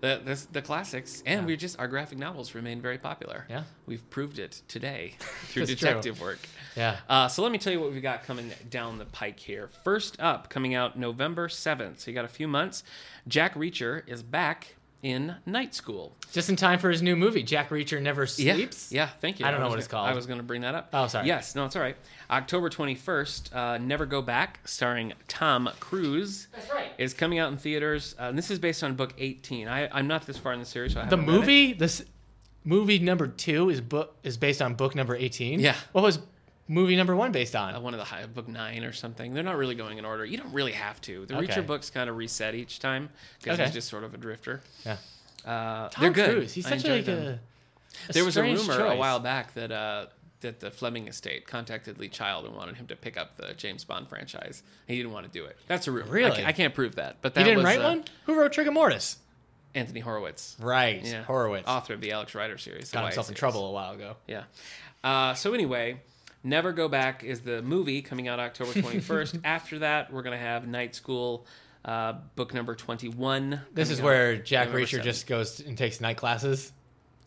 B: the this, the classics, and we just our graphic novels remain very popular.
A: Yeah.
B: we've proved it today through
A: That's true.
B: detective work.
A: Yeah.
B: Uh, so let me tell you what we've got coming down the pike here. First up, coming out November seventh. So you got a few months. Jack Reacher is back in Night School.
A: Just in time for his new movie, Jack Reacher Never
B: Yeah.
A: Sleeps.
B: Yeah, thank you.
A: I don't know
B: was
A: what it's
B: gonna-
A: called.
B: I was going to bring that up.
A: Oh, sorry.
B: Yes, no, it's all right. October 21st, uh, Never Go Back, starring Tom Cruise.
A: That's right.
B: Is coming out in theaters. Uh, and this is based on book 18. I, I'm not this far in the series. So I
A: The
B: haven't read it.
A: movie, this movie number two is book is based on book number eighteen.
B: Yeah.
A: What was movie number one based
B: Uh,
A: on?
B: one of the high book nine or something. They're not really going in order. You don't really have to. The
A: Okay.
B: Reacher books kind of reset each time because
A: Okay.
B: he's just sort of a drifter.
A: Yeah. Tom
B: Uh, they're good.
A: Cruise, He's
B: I
A: such
B: enjoy
A: like
B: them.
A: a, a.
B: There was a
A: strange
B: rumor a
A: choice.
B: while back that uh, that the Fleming estate contacted Lee Child and wanted him to pick up the James Bond franchise. He didn't want to do it. That's a rumor. I
A: Really?
B: ca- I, can't prove that. But that
A: He didn't
B: was,
A: write
B: uh,
A: one. Who wrote Trigger Mortis?
B: Anthony Horowitz.
A: Right.
B: Yeah.
A: Horowitz
B: author of the Alex Rider series. the
A: got
B: YA
A: himself in
B: series.
A: trouble a while ago.
B: Yeah. Uh, so anyway, Never Go Back is the movie coming out October 21st. After that, we're gonna have Night School, uh, book number 21.
A: This
B: coming
A: is
B: out
A: where Jack
B: November
A: Reacher
B: 7th.
A: just goes and takes night classes.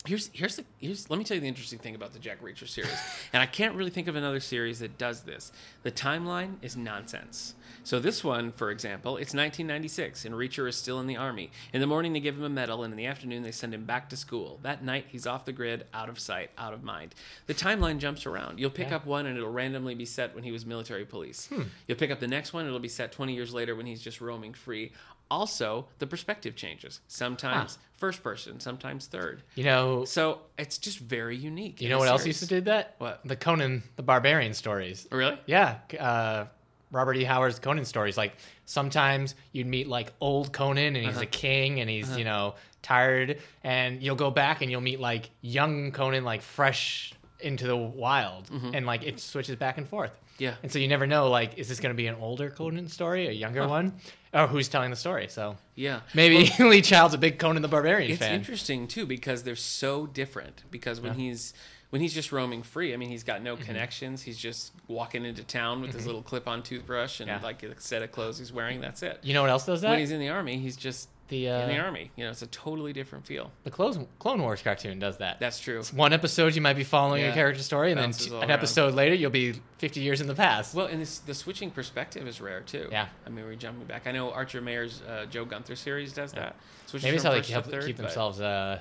B: here's here's the here's let me tell you the interesting thing about the Jack Reacher series, and I can't really think of another series that does this. The timeline is nonsense. So this one, for example, it's 1996, and Reacher is still in the army. In the morning, they give him a medal, and in the afternoon, they send him back to school. That night, he's off the grid, out of sight, out of mind. The timeline jumps around. You'll pick
A: Yeah.
B: up one, and it'll randomly be set when he was military police. You'll pick up the next one, it'll be set 20 years later when he's just roaming free. Also, the perspective changes. Sometimes first person, sometimes third.
A: You know.
B: So it's just very unique.
A: You
B: in
A: know
B: a
A: what else
B: series.
A: used to do that?
B: What?
A: The Conan the Barbarian stories.
B: Really?
A: Yeah. c- Uh, Robert E. Howard's Conan stories. Like sometimes you'd meet like old Conan and
B: Uh-huh.
A: he's a king and he's, you know, tired and you'll go back and you'll meet like young Conan like fresh into the wild and like it switches back and forth.
B: Mm-hmm. Yeah.
A: And so you never know like is this going to be an older Conan story, a younger one, or who's telling the story. So
B: Yeah.
A: maybe Lee Child's a big Conan the Barbarian
B: It's
A: fan.
B: interesting too because they're so different. Because when he's when he's just roaming free, I mean, he's got no
A: Mm-hmm.
B: connections. He's just walking into town with his little clip-on toothbrush and
A: Yeah.
B: like a set of clothes he's wearing. That's it.
A: you know what else does that?
B: When he's in the army, he's just
A: the
B: in the
A: uh,
B: army. You know, it's a totally different feel.
A: the Clone Clone Wars cartoon does that.
B: That's true.
A: one episode you might be following
B: Yeah.
A: a character story, and then
B: Bounces
A: t-
B: all
A: an
B: around.
A: episode later you'll be 50 years in the past.
B: Well, and this, the switching perspective is rare too.
A: Yeah.
B: I mean, we're jumping back. I know Archer Mayer's uh, Joe Gunther series does that. Switches
A: Maybe it's
B: from
A: how they
B: first to
A: help
B: third,
A: keep
B: but
A: themselves uh,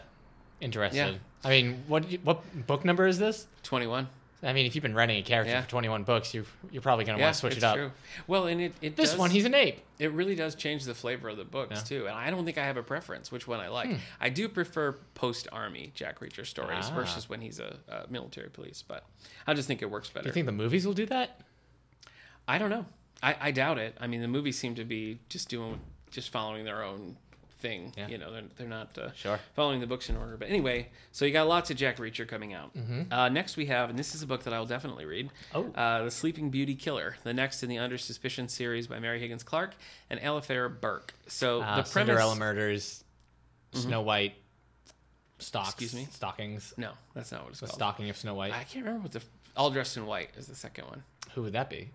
A: interested.
B: Yeah.
A: I mean, what did you- what book number is this?
B: Twenty-one.
A: I mean, if you've been renting a character
B: Yeah.
A: for 21 books, you you're probably gonna want to switch it
B: it's
A: up.
B: True. Well, and it, it
A: This
B: does,
A: one, he's an ape.
B: it really does change the flavor of the books
A: Yeah. Hmm.
B: too. And I don't think I have a preference which one I like. I do prefer post army Jack Reacher stories
A: Ah.
B: versus when he's a, a military police, but I just think it works better.
A: Do you think the movies will do that?
B: I don't know. I, I doubt it. I mean, the movies seem to be just doing, just following their own thing.
A: Yeah.
B: You know, they're, they're not uh,
A: Sure.
B: following the books in order. But anyway, so you got lots of Jack Reacher coming out. Uh, next we have, and this is a book that I'll definitely read.
A: Mm-hmm. Oh.
B: uh, the Sleeping Beauty Killer, the next in the Under Suspicion series by Mary Higgins Clark and Alifera Burke. So
A: Uh,
B: the premise. Mm-hmm.
A: Cinderella murders, Snow White, stocks,
B: Excuse me?
A: stockings,
B: no, that's not what it's
A: the
B: called.
A: stocking of Snow White.
B: I can't remember what the All Dressed in White is the second one.
A: Who would that be?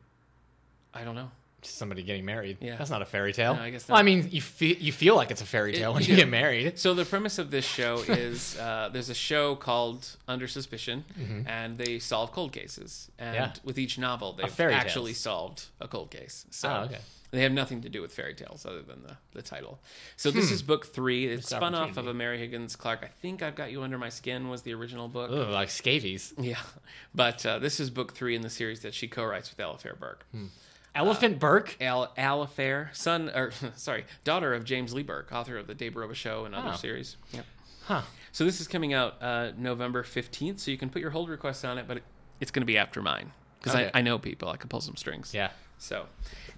B: I don't know.
A: Just somebody getting married.
B: Yeah.
A: That's not a fairy tale.
B: No, I guess
A: Well, I
B: not.
A: mean, you feel you feel like it's a fairy tale when
B: you
A: you
B: do.
A: get married.
B: So the premise of this show is uh, there's a show called Under Suspicion, and they solve cold cases. And
A: Mm-hmm. Yeah.
B: with each novel, they've
A: fairy tales.
B: actually solved a cold case. So
A: Oh, okay.
B: they have nothing to do with fairy tales other than the, the title. So this is book three. It's
A: Missed
B: spun off of
A: Hmm. opportunity.
B: a Mary Higgins Clark. I think I've Got You Under My Skin was the original book.
A: Ugh, like scabies.
B: Yeah, but uh, this is book three in the series that she co-writes with Ella Fairburg.
A: Hmm. Elephant Burke.
B: Al Alifair, son or sorry, daughter of James Lee Burke, author of the Dave Baroba Show and other
A: Oh.
B: series. Yep.
A: Huh.
B: So this is coming out uh, November 15th, so you can put your hold request on it, but it, it's going to be after mine because
A: Okay.
B: I, I know people. I can pull some strings.
A: Yeah.
B: So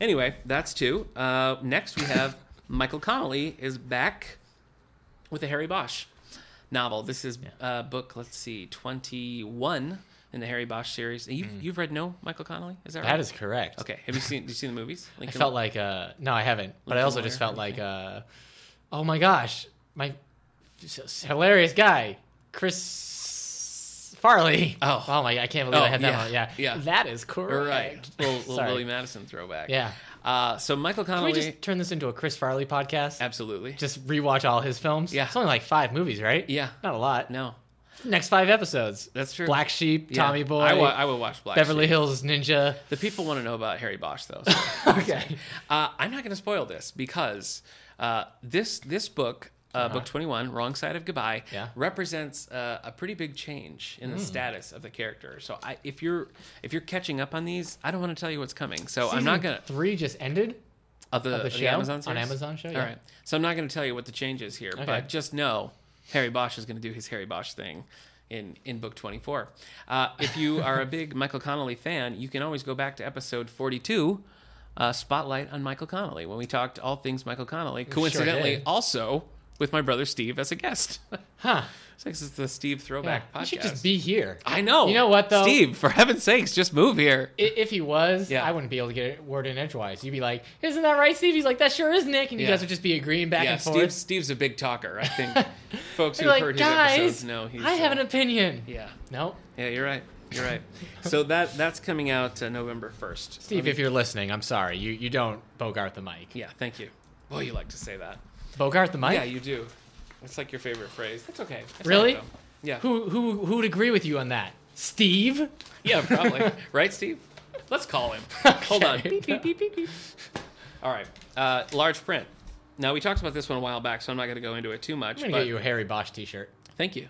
B: anyway, that's two. Uh, next, we have Michael Connolly is back with a Harry Bosch novel. This is uh, book, let's see, 21 in the Harry Bosch series. And You've, you've read no Michael Connolly? Is that, right?
A: Mm. That is correct.
B: Okay. Have you seen, did you see the movies?
A: I
B: Lincoln-
A: felt like uh no, I haven't. But I
B: Lincoln
A: also just
B: Lawyer,
A: felt like uh oh my gosh, my s- s- hilarious guy, Chris Farley.
B: Oh.
A: oh my! I can't believe
B: Oh,
A: I had that
B: yeah,
A: one. Yeah,
B: yeah.
A: That is
B: All
A: correct.
B: right. Little, little
A: Sorry.
B: Willie Madison throwback.
A: Yeah.
B: Uh, so Michael
A: Can
B: Connolly.
A: we just turn this into a Chris Farley podcast?
B: Absolutely.
A: Just rewatch all his films.
B: Yeah.
A: it's only like five movies, right?
B: Yeah.
A: not a lot.
B: No.
A: Next five episodes.
B: That's true.
A: Black Sheep,
B: Yeah.
A: Tommy Boy,
B: I, wa- I would watch Black
A: Beverly
B: Sheep.
A: Hills Ninja.
B: The people want to know about Harry Bosch, though. so-
A: Okay.
B: uh, I'm not going to spoil this because uh, this this book. Uh, Book 21, Wrong Side of Goodbye,
A: Uh-huh. Yeah. Hmm.
B: represents uh, a pretty big change in the status of the character. So I, if you're if you're catching up on these, I don't want to tell you what's coming. So I'm not
A: Season
B: gonna
A: Three just ended.
B: of the,
A: the
B: of the
A: show?
B: Amazon
A: On
B: series?
A: Amazon show,
B: All
A: yeah.
B: right. So I'm not going to tell you what the change is here,
A: Okay.
B: but just know Harry Bosch is going to do his Harry Bosch thing in in book 24. Uh, if you are a big Michael Connolly fan, you can always go back to episode 42. Uh, spotlight on Michael Connolly when we talked all things Michael Connolly. Coincidentally,
A: did.
B: also with my brother Steve as a guest.
A: Huh.
B: so this is the Steve
A: Yeah.
B: throwback
A: You
B: podcast.
A: should just be here.
B: I know.
A: You know what, though?
B: Steve, for heaven's sakes, just move here.
A: I- If he was,
B: Yeah.
A: I wouldn't be able to get a word in edgewise. You'd be like, "Isn't that right, Steve?" He's like, "That sure is, Nick." And you
B: Yeah.
A: guys would just be agreeing back
B: yeah,
A: and forth.
B: Steve, Steve's a big talker. I think folks
A: You're
B: who've
A: like,
B: heard his
A: "Guys,
B: episodes know he's.
A: I have an
B: uh,
A: opinion."
B: Yeah,
A: No,
B: yeah, you're right. You're right. so that that's coming out uh, November first.
A: Steve, if you're listening, I'm sorry. You you don't bogart the mic.
B: Yeah, thank you. Boy, you like to say that.
A: Bogart the mic.
B: Yeah, you do. It's like your favorite phrase. That's okay. That's all right,
A: Really?
B: though. yeah.
A: who who who would agree with you on that, Steve?
B: Yeah, probably. right, Steve? Let's call him. Hold on.
A: Okay.
B: Beep, beep, beep, beep, beep. All right. Uh, large print. Now we talked about this one a while back, so I'm not going to go into it too much.
A: I'm gonna
B: but
A: get you a Harry Bosch T-shirt.
B: Thank you.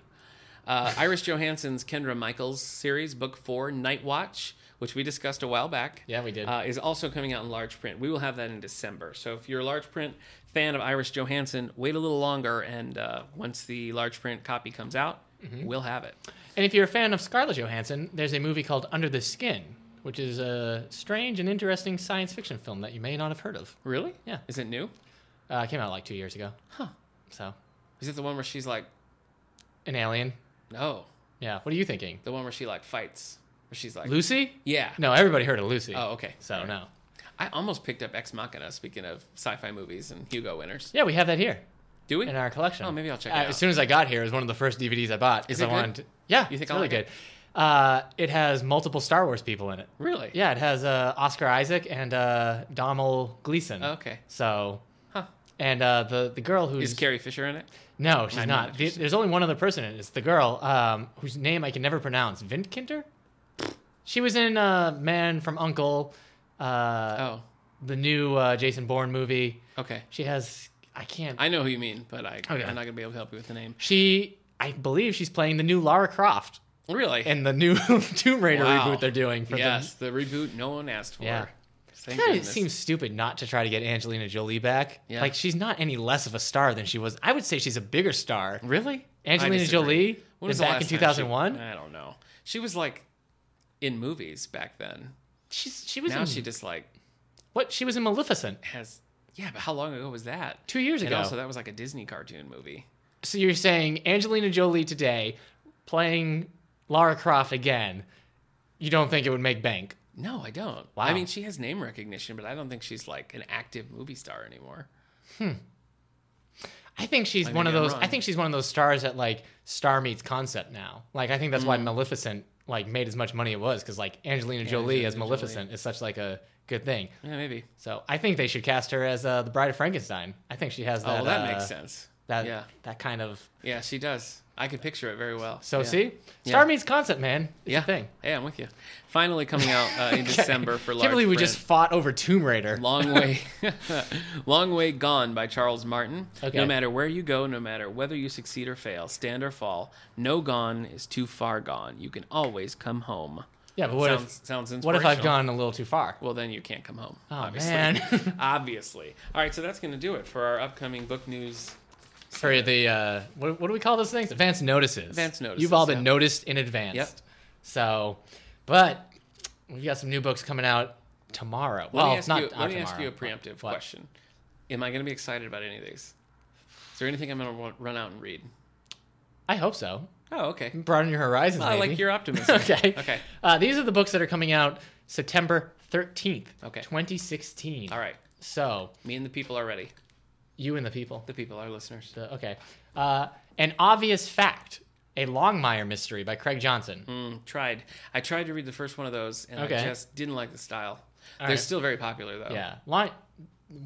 B: Uh, Iris Johansson's Kendra Michaels series, book four, Night Watch, which we discussed a while back.
A: Yeah, we did.
B: Uh, is also coming out in large print. We will have that in December. So if you're a large print fan of Iris Johansson, wait a little longer, and uh, once the large print copy
A: Mm-hmm.
B: comes out, we'll have it.
A: And if you're a fan of Scarlett Johansson, there's a movie called Under the Skin, which is a strange and interesting science fiction film that you may not have heard of.
B: Really?
A: Yeah.
B: Is it new?
A: Uh, it came out like two years ago. Huh. So,
B: Is it the one where she's like,
A: an alien.
B: no,
A: Yeah. What are you thinking?
B: the one where she like fights? Where she's like,
A: Lucy?
B: yeah.
A: No, everybody heard of Lucy.
B: Oh, okay.
A: So no.
B: I almost picked up Ex Machina. Speaking of sci-fi movies and Hugo winners,
A: Yeah, we have that here
B: do we?
A: in our collection.
B: Oh, maybe I'll check
A: Uh,
B: it out.
A: As soon as I got here, it was one of the first DVDs I bought. 'cause
B: Is it
A: I
B: good?
A: wanted to- yeah,
B: You think
A: it's
B: I'll
A: really
B: like
A: good. Uh, it has multiple Star Wars people in it.
B: really?
A: Yeah, it has uh, Oscar Isaac and uh, Domhnall Gleeson.
B: Okay.
A: So,
B: Huh.
A: and uh, the the girl who's
B: Is Carrie Fisher in it?
A: no, she's
B: I'm not
A: not. The- There's only one other person in it. It's the girl um, whose name I can never pronounce. Vintkinder. She was in uh, Man from Uncle, uh,
B: Oh,
A: the new uh, Jason Bourne movie.
B: okay.
A: She has I can't.
B: I know who you mean, but I,
A: Okay.
B: I'm not gonna be able to help you with the name.
A: she I believe she's playing the new Lara Croft
B: Really?
A: and the new Tomb Raider
B: Wow.
A: reboot they're doing for
B: yes, the reboot no one asked for.
A: Yeah.
B: Thank
A: them. Kinda It
B: goodness.
A: seems stupid not to try to get Angelina Jolie back.
B: Yeah.
A: Like she's not any less of a star than she was. I would say she's a bigger star.
B: really I
A: Angelina
B: disagree.
A: Jolie
B: When
A: is
B: the
A: back in
B: last time she-
A: 2001.
B: I don't know. She was like in movies back then.
A: She's she was
B: now
A: in
B: she just like
A: what? She was in Maleficent
B: has. Yeah, but how long ago was that?
A: two years
B: And
A: ago.
B: also, that was like a Disney cartoon movie.
A: so you're saying Angelina Jolie today playing Lara Croft again? You don't think it would make bank?
B: No, I don't.
A: Wow.
B: I mean, she has name recognition, but I don't think she's like an active movie star anymore.
A: I think she's
B: I
A: one of
B: think I'm
A: those. I
B: wrong.
A: think she's one of those stars that like star meets concept now. Like I think that's
B: Mm.
A: why Maleficent like made as much money it was because like Angelina Jolie as
B: Angelina
A: Maleficent is such like a good thing.
B: Yeah, maybe.
A: So I think they should cast her as uh, the Bride of Frankenstein. I think she has that.
B: oh, that
A: uh,
B: makes sense.
A: That
B: Yeah.
A: that kind of.
B: Yeah, she does. I can picture it very well.
A: So
B: Yeah.
A: see, star
B: Yeah.
A: meets concept, man. It's
B: yeah.
A: a thing.
B: Hey, I'm with you. Finally coming out uh, in December for large.
A: Can't believe we just
B: print.
A: fought over Tomb Raider.
B: Long Way Long Way Gone by Charles Martin.
A: Okay.
B: No matter where you go, no matter whether you succeed or fail, stand or fall, no gone is too far gone. You can always come home.
A: Yeah, but what
B: sounds,
A: if
B: sounds
A: what if I've
B: inspirational.
A: gone a little too far?
B: Well, then you can't come home.
A: Oh,
B: obviously.
A: man.
B: obviously. All right, so that's going to do it for our upcoming book news.
A: For the uh, what, what do we call those things? Advance notices.
B: Advance notices,
A: You've all been
B: yeah.
A: noticed in advance.
B: Yep.
A: So, but we've got some new books coming out tomorrow.
B: Let
A: well,
B: me ask
A: not
B: you,
A: not
B: let me
A: tomorrow.
B: ask you a
A: but-
B: preemptive
A: what?
B: question. Am I going to be excited about any of these? Is there anything I'm going to run out and read?
A: I hope so.
B: Oh, okay.
A: Broaden your horizons.
B: Well, I
A: maybe.
B: like your optimism.
A: okay.
B: Okay.
A: Uh, these are the books that are coming out September thirteenth,
B: Okay.
A: twenty sixteen.
B: All right.
A: So
B: Me and the people are ready.
A: you and the people.
B: The people, our listeners.
A: The- okay. Uh, an obvious fact: a Longmire mystery by Craig Johnson.
B: Mm, tried. I tried to read the first one of those, and
A: Okay.
B: I just didn't like the style.
A: All
B: They're
A: right.
B: still very popular, though.
A: Yeah. Long,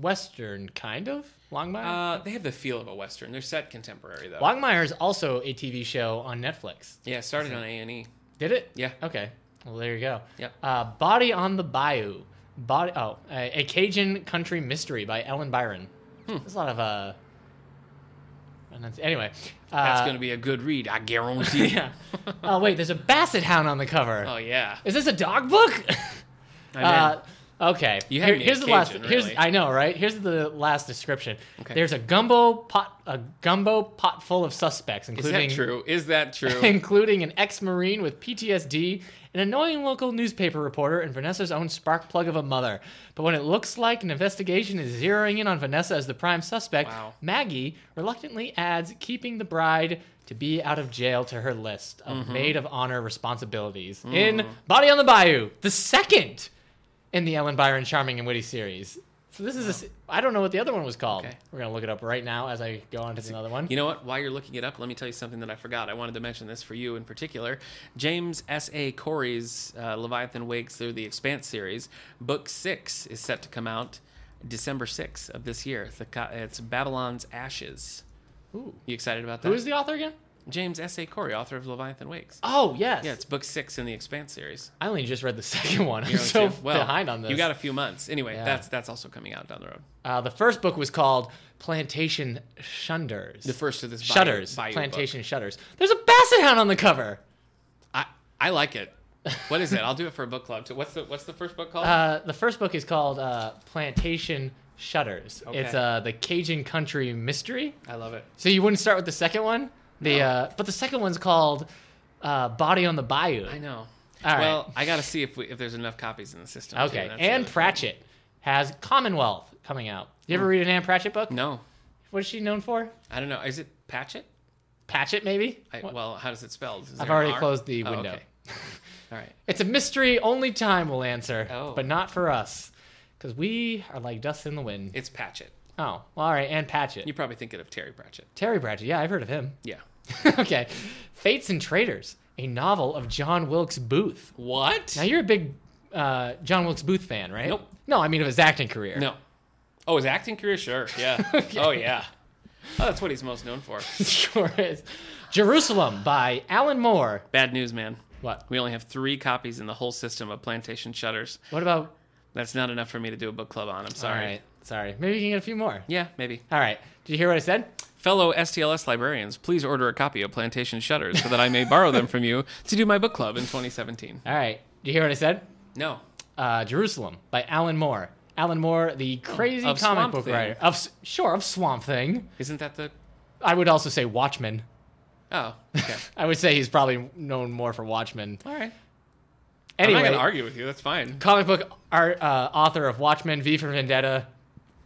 A: Western kind of Longmire.
B: Uh, they have the feel of a western. They're set contemporary, though.
A: Longmire is also a TV show on Netflix.
B: Yeah, it started on A and E.
A: Did it?
B: Yeah.
A: Okay. Well, there you go.
B: Yep.
A: Uh, Body on the Bayou. Body. Oh, a, a Cajun country mystery by Ellen Byron.
B: Hmm.
A: There's a lot of uh. pronunci- Anyway, uh,
B: That's going to be a good read. I guarantee.
A: Yeah. oh wait, there's a basset hound on the cover.
B: Oh yeah.
A: Is this a dog book?
B: I'm in.
A: Uh, okay.
B: You had me at
A: here's the last.
B: Cajun,
A: Here's
B: really.
A: I know, right? Here's the last description.
B: Okay.
A: There's a gumbo pot, a gumbo pot full of suspects,
B: Is that
A: including
B: true? Is that true?
A: including an ex-marine with PTSD, an annoying local newspaper reporter, and Vanessa's own spark plug of a mother. But when it looks like an investigation is zeroing in on Vanessa as the prime suspect,
B: Wow.
A: Maggie reluctantly adds keeping the bride to be out of jail to her list of
B: Mm-hmm.
A: maid of honor responsibilities
B: Mm.
A: in Body on the Bayou, the second in the Ellen Byron Charming and Witty series. So this is a se- I don't know what the other one was called.
B: Okay.
A: We're going to look it up right now as I go on to another one.
B: You know what? While you're looking it up, let me tell you something that I forgot. I wanted to mention this for you in particular. James S. A. Corey's uh, Leviathan Wakes Through the Expanse series, book six, is set to come out December 6th of this year. It's, the, co- it's Babylon's Ashes.
A: Ooh.
B: You excited about that?
A: Who is the author again?
B: James S. A. Corey, author of Leviathan Wakes?
A: Oh, yes.
B: Yeah, it's book six in the Expanse series.
A: I only just read the second one. I'm
B: You know,
A: so
B: too. Well,
A: behind on this.
B: You got a few months. Anyway,
A: Yeah.
B: that's that's also coming out down the road.
A: uh, the first book was called Plantation Shunders.
B: The first of this Bayou-
A: Shutters.
B: Bayou book.
A: Plantation Shutters. There's a basset hound on the cover.
B: I I like it. What is it? I'll do it for a book club. Too. What's the What's the first book called?
A: Uh, the first book is called uh, Plantation Shutters.
B: Okay.
A: It's uh, the Cajun Country Mystery.
B: I love it.
A: So you wouldn't start with the second one. The
B: No.
A: uh, but the second one's called uh, Body on the Bayou.
B: I know.
A: All
B: well,
A: right.
B: I got to see if we, if there's enough copies in the system. too.
A: Okay.
B: That's the
A: Anne
B: other
A: Pratchett has Commonwealth coming out. You ever read an Anne Pratchett book?
B: thing. Hmm. No,
A: What is she known for?
B: I don't know. Is it Patchett?
A: Patchett, maybe?
B: I,
A: What-
B: well, how does it spell? Is there
A: I've
B: an
A: already
B: R?
A: closed the
B: Oh,
A: window.
B: okay. All right.
A: It's a mystery only time will answer,
B: Oh.
A: but not for us. Because we are like dust in the wind.
B: It's Patchett.
A: Oh, well, all right. Anne Patchett.
B: You're probably thinking of Terry Pratchett.
A: Terry Pratchett. Yeah, I've heard of him.
B: Yeah.
A: okay. Fates and Traitors, a novel of John Wilkes Booth.
B: What?
A: Now, you're a big uh, John Wilkes Booth fan, right?
B: Nope.
A: No, I mean of his acting career.
B: No. Oh, his acting career? Sure. Yeah. Oh, yeah. Oh, that's what he's most known for.
A: sure is. Jerusalem by Alan Moore.
B: Bad news, man.
A: What?
B: We only have three copies in the whole system of Plantation Shutters.
A: What about?
B: That's not enough for me to do a book club on. I'm sorry.
A: All right. Sorry. Maybe you can get a few more.
B: Yeah, maybe.
A: All right. Did you hear what I said?
B: Fellow STLS librarians, please order a copy of Plantation Shutters so that I may borrow them from you to do my book club in 2017.
A: All right. Did you hear what I said?
B: No.
A: Uh, Jerusalem by Alan Moore. Alan Moore, the crazy
B: of
A: comic
B: Swamp
A: book
B: Thing.
A: writer of S- sure of Swamp Thing.
B: Isn't that the.
A: I would also say Watchmen.
B: Oh, okay.
A: I would say he's probably known more for Watchmen.
B: All right. I'm not
A: Anyway,
B: going to argue with you. That's fine.
A: comic book art uh, author of Watchmen, V for Vendetta,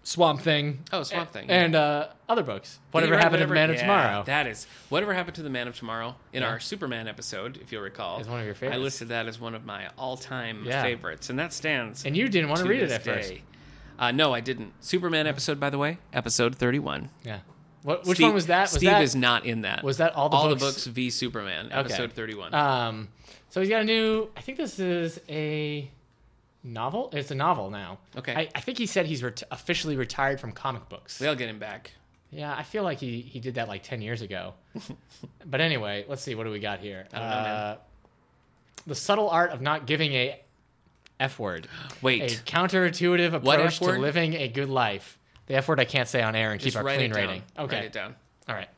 A: Swamp Thing.
B: Oh, Swamp Thing.
A: and uh, other books. Whatever
B: Did he write
A: happened to the Man of
B: yeah,
A: Tomorrow?
B: That is. Whatever happened to the Man of Tomorrow in our Superman episode, if you'll recall.
A: Is one of your
B: I
A: favorites.
B: listed that as one of my all time
A: Yeah.
B: favorites, and that stands.
A: and you didn't want to
B: to
A: read it
B: this
A: at first.
B: day. Uh, no, I didn't. Superman episode, by the way, episode 31.
A: Yeah. What? Which
B: Steve-
A: one was that? Was
B: Steve
A: that,
B: is not in that.
A: was that all the
B: all
A: books?
B: the books v Superman,
A: Okay.
B: episode 31.
A: Um, so he's got a new. I think this is a novel. It's a novel now.
B: Okay.
A: I, I think he said he's ret- officially retired from comic books.
B: They'll get him back.
A: Yeah, I feel like he he did that like ten years ago. but anyway, let's see. What do we got here?
B: don't know, man.
A: Uh, the subtle art of not giving a f word. A
B: Wait,
A: counterintuitive
B: What
A: approach to
B: F-word?
A: living a good life. The F word I can't say on air and
B: just
A: keep our
B: write
A: clean
B: it down.
A: rating. Okay.
B: Write it down.
A: All right.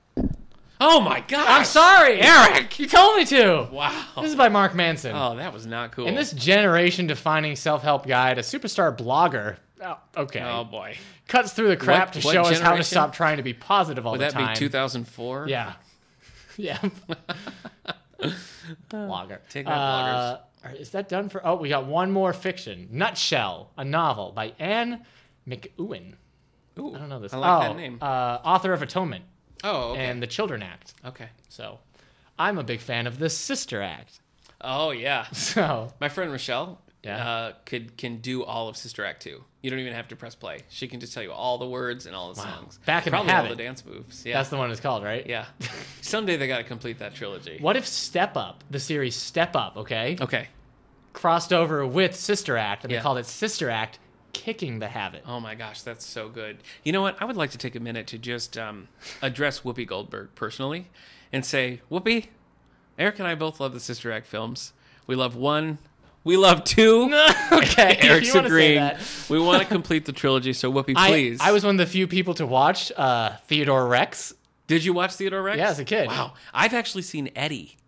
B: Oh my God!
A: I'm sorry,
B: Eric!
A: You told me to.
B: Wow.
A: This is by Mark Manson.
B: Oh, that was not cool.
A: In this generation defining self help guide, a superstar blogger. Oh, okay.
B: oh boy,
A: Cuts through the crap
B: What-
A: to
B: what
A: show us how to
B: generation?
A: stop trying to be positive all
B: would
A: the
B: that
A: time.
B: be 2004?
A: Yeah. yeah. blogger.
B: Take that, bloggers.
A: Uh, is that done for? Oh, we got one more fiction. Nutshell, a novel by Anne McEwen.
B: Ooh,
A: I don't know this.
B: I like
A: Oh,
B: that name.
A: Uh, author of Atonement
B: oh, okay.
A: and the Children Act.
B: okay.
A: So, I'm a big fan of the Sister Act.
B: Oh yeah.
A: So,
B: My friend Rochelle
A: Yeah.
B: uh, could can do all of Sister Act 2. You don't even have to press play. She can just tell you all the words and all the songs.
A: Back in the
B: Probably all the
A: habit.
B: dance moves. Yeah.
A: that's the one it's called, right?
B: yeah. Someday they got to complete that trilogy.
A: What if Step Up, the series Step Up, okay,
B: Okay.
A: crossed over with Sister Act, and
B: Oh. Yeah.
A: they called it Sister Act, kicking the habit.
B: Oh my gosh, that's so good. You know what? I would like to take a minute to just um, address Whoopi Goldberg personally and say, Whoopi, Eric and I both love the Sister Act films. We love one. We love two.
A: okay, if
B: Eric's
A: you wanna say
B: agreeing.
A: that.
B: We want to complete the trilogy, so Whoopi,
A: I-
B: please.
A: I, was one of the few people to watch uh, Theodore Rex.
B: Did you watch Theodore Rex?
A: Yeah, as a kid.
B: Wow. I've actually seen Eddie.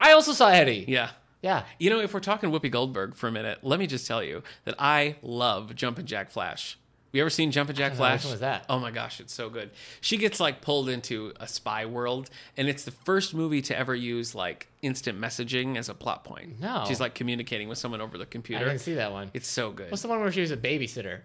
A: I also saw Eddie.
B: Yeah.
A: Yeah.
B: You know, if we're talking Whoopi Goldberg for a minute, let me just tell you that I love Jumpin' Jack Flash. You ever seen Jumpin'
A: know,
B: Jack
A: which
B: Flash?
A: one was that?
B: Oh my gosh, it's so good. She gets like pulled into a spy world, and it's the first movie to ever use like instant messaging as a plot point.
A: No.
B: she's like communicating with someone over the
A: I
B: computer.
A: didn't see that one.
B: It's so good.
A: What's the one where she was a babysitter?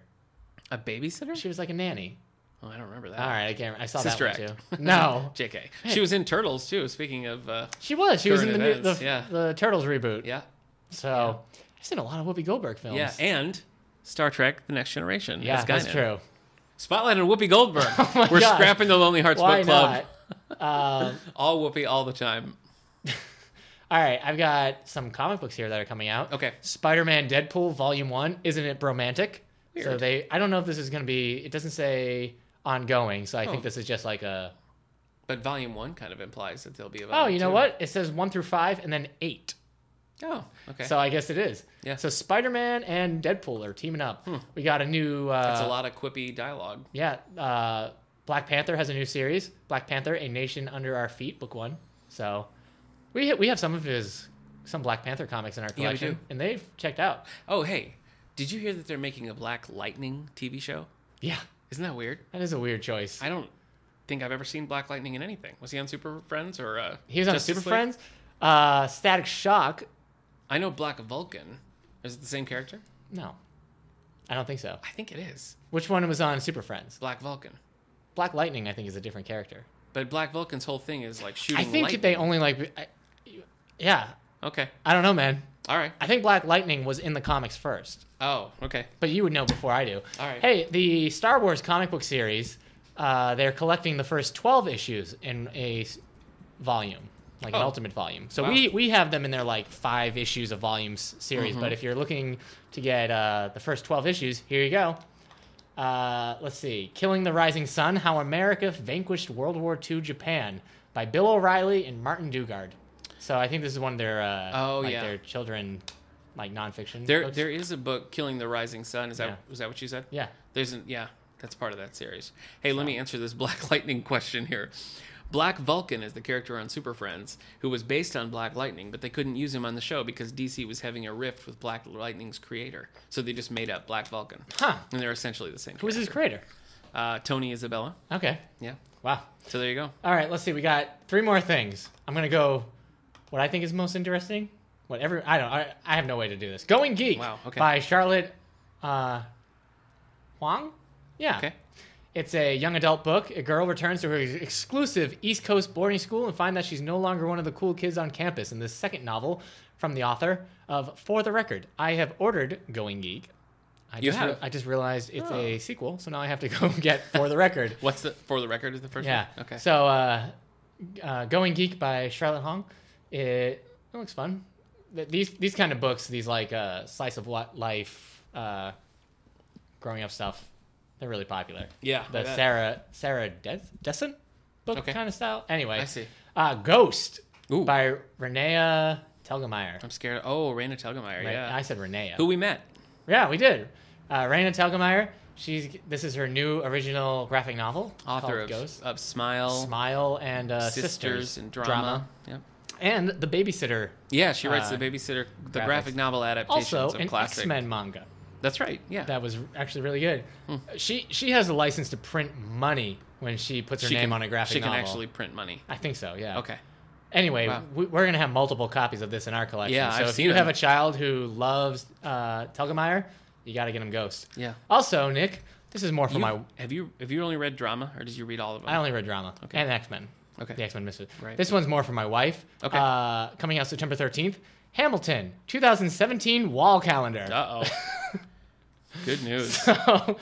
B: a babysitter?
A: She was like a nanny.
B: Oh, I don't remember that.
A: All right, I can't. I saw
B: Sister
A: that one
B: Act.
A: too. No,
B: Jk. She was in Turtles too. Speaking of, uh,
A: she was. She was in the
B: Current
A: new, the,
B: events, yeah.
A: the Turtles reboot.
B: yeah,
A: So I've seen a lot of Whoopi Goldberg films.
B: yeah, and Star Trek: The Next Generation.
A: Oh, Yeah,
B: as
A: that's
B: Guinan.
A: true. Oh
B: Spotlight on Whoopi Goldberg.
A: my
B: We're
A: gosh.
B: scrapping the Lonely Hearts
A: Why
B: Book Club.
A: not? um,
B: All Whoopi, all the time.
A: all right, I've got some comic books here that are coming out.
B: Okay.
A: Spider-Man Deadpool Volume 1, Isn't It Bromantic? So
B: Weird.
A: they I don't know if this is going to be it doesn't say ongoing, so I
B: Oh.
A: think this is just like a
B: But Volume One kind of implies that there'll be a.
A: Oh,
B: Volume
A: you know
B: two.
A: what? It says 1 through 5 and then 8.
B: Oh, okay.
A: So I guess it is.
B: Yeah. Hmm.
A: So Spider-Man and Deadpool are teaming up. We got a new uh
B: That's a lot of quippy dialogue.
A: Yeah, uh Black Panther has a new series, Black Panther: A Nation Under Our Feet, book 1. So we we have some of his some Black Panther comics in our
B: we
A: collection
B: do.
A: and they've checked out.
B: Oh, hey, did you hear that they're making a Black Lightning TV show?
A: Yeah.
B: Isn't that weird?
A: That is a weird choice.
B: I don't think I've ever seen Black Lightning in anything. Was he on Super Friends or? Uh,
A: He was on
B: Justice
A: Super
B: League?
A: Friends. Uh, Static Shock
B: I know Black Vulcan. Is it the same character?
A: No, I don't think so.
B: I think it is
A: Which one was on Super Friends?
B: Black Vulcan.
A: Black Lightning, I think, is a different character.
B: But Black Vulcan's whole thing is like shooting.
A: I think
B: lightning.
A: they only like. I, yeah,
B: Okay.
A: I don't know, man.
B: All right.
A: I think Black Lightning was in the comics first,
B: Oh. Okay.
A: but you would know before I do.
B: All right.
A: Hey, the Star Wars comic book series, uh, they're collecting the first 12 issues in a s- volume, like an
B: Oh.
A: ultimate volume. So
B: Wow.
A: we, we have them in their like five issues of volumes series,
B: Mm-hmm.
A: but if you're looking to get uh, the first 12 issues, here you go. Uh, let's see. Killing the Rising Sun How America Vanquished World War II Japan by Bill O'Reilly and Martin Dugard. So I think this is one of their uh,
B: Oh,
A: like
B: yeah.
A: their children like nonfiction.
B: There,
A: books.
B: there is a book, Killing the Rising Sun. Is that
A: Yeah.
B: was that what you said?
A: Yeah.
B: There's an yeah. That's part of that series. Hey, let me answer this Black Lightning question here. Black Vulcan is the character on Super Friends who was based on Black Lightning, but they couldn't use him on the show because DC was having a rift with Black Lightning's creator, so they just made up Black Vulcan,
A: Huh.
B: and they're essentially the same.
A: Who is his creator?
B: Uh, Tony Isabella.
A: Okay.
B: Yeah.
A: Wow.
B: So there you go.
A: All right, let's see. We got three more things. I'm gonna go. What I think is most interesting. What every I don't. I, I have no way to do this. Going Geek.
B: Wow, okay.
A: By Charlotte uh, Huang. Yeah.
B: Okay.
A: It's a young adult book. A girl returns to her ex- exclusive East Coast boarding school and finds that she's no longer one of the cool kids on campus. In this second novel from the author of For the Record, I have ordered Going Geek. I
B: You
A: just
B: have? Oh.
A: I just realized it's a sequel, so now I have to go get For the Record.
B: What's the for the record is the first
A: Yeah.
B: one? Okay.
A: So, uh, uh, Going Geek by Charlotte Hong. It, it looks fun. Th- These these kind of books, these like uh, slice of li- life, uh, growing up stuff, they're really popular.
B: Yeah, I
A: The
B: bet.
A: Sarah Sarah Des- Dessen book
B: Okay.
A: kind of style. Anyway,
B: I see.
A: Uh, Ghost
B: Ooh.
A: by Renea Telgemeier.
B: I'm scared. Oh, Raina Telgemeier.
A: Right?
B: Yeah.
A: I said Renea.
B: Who we met.
A: Yeah, we did. Uh, Raina Telgemeier. She's this is her new original graphic novel
B: Author
A: called
B: of,
A: Ghost.
B: of Smile,
A: Smile and uh,
B: Sisters, and Drama. Yep.
A: and the babysitter.
B: Yeah, she writes
A: Uh,
B: the babysitter, the
A: graphics.
B: graphic novel adaptations
A: Also,
B: of
A: an
B: classic.
A: X Men manga
B: That's right. Yeah.
A: that was actually really good.
B: Hmm.
A: She she has a license to print money when she puts her name on a graphic
B: She can
A: novel.
B: actually print money.
A: I think so. Yeah.
B: Okay.
A: Anyway,
B: Wow.
A: we, we're gonna have multiple copies of this in our collection.
B: Yeah,
A: so
B: I've
A: if
B: seen
A: you
B: them.
A: have a child who loves uh, Telgemeier, you got to get him Ghost.
B: Yeah.
A: Also, Nick, this is more for
B: You-
A: my.
B: have you have you only read drama or did you read all of them?
A: I only read drama
B: Okay.
A: and X Men.
B: Okay.
A: The X Men Misfits.
B: Right.
A: This one's more for my wife.
B: Okay.
A: Uh, coming out September 13th. Hamilton, 2017 wall calendar.
B: Uh oh. Good news.
A: So,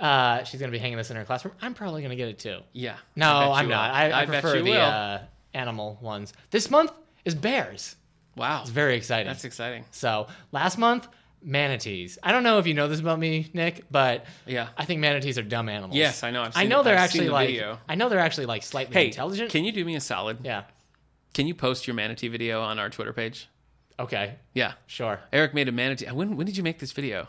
A: uh, she's gonna be hanging this in her classroom. I'm probably gonna get it too.
B: Yeah.
A: No,
B: I bet you
A: I'm not.
B: will.
A: I, I,
B: bet
A: prefer
B: you
A: the
B: will.
A: uh, animal ones. This month is bears.
B: wow.
A: It's very exciting.
B: That's exciting.
A: so last month, manatees. I don't know if you know this about me, Nick, but
B: Yeah.
A: I think manatees are dumb animals.
B: Yes, I know. I've
A: I
B: seen-
A: know they're
B: I've seen
A: actually
B: the
A: like.
B: video.
A: I know they're actually like slightly
B: Hey,
A: intelligent.
B: can you do me a solid?
A: yeah.
B: Can you post your manatee video on our Twitter page?
A: Okay.
B: Yeah.
A: Sure.
B: Eric made a manatee. When when did you make this video?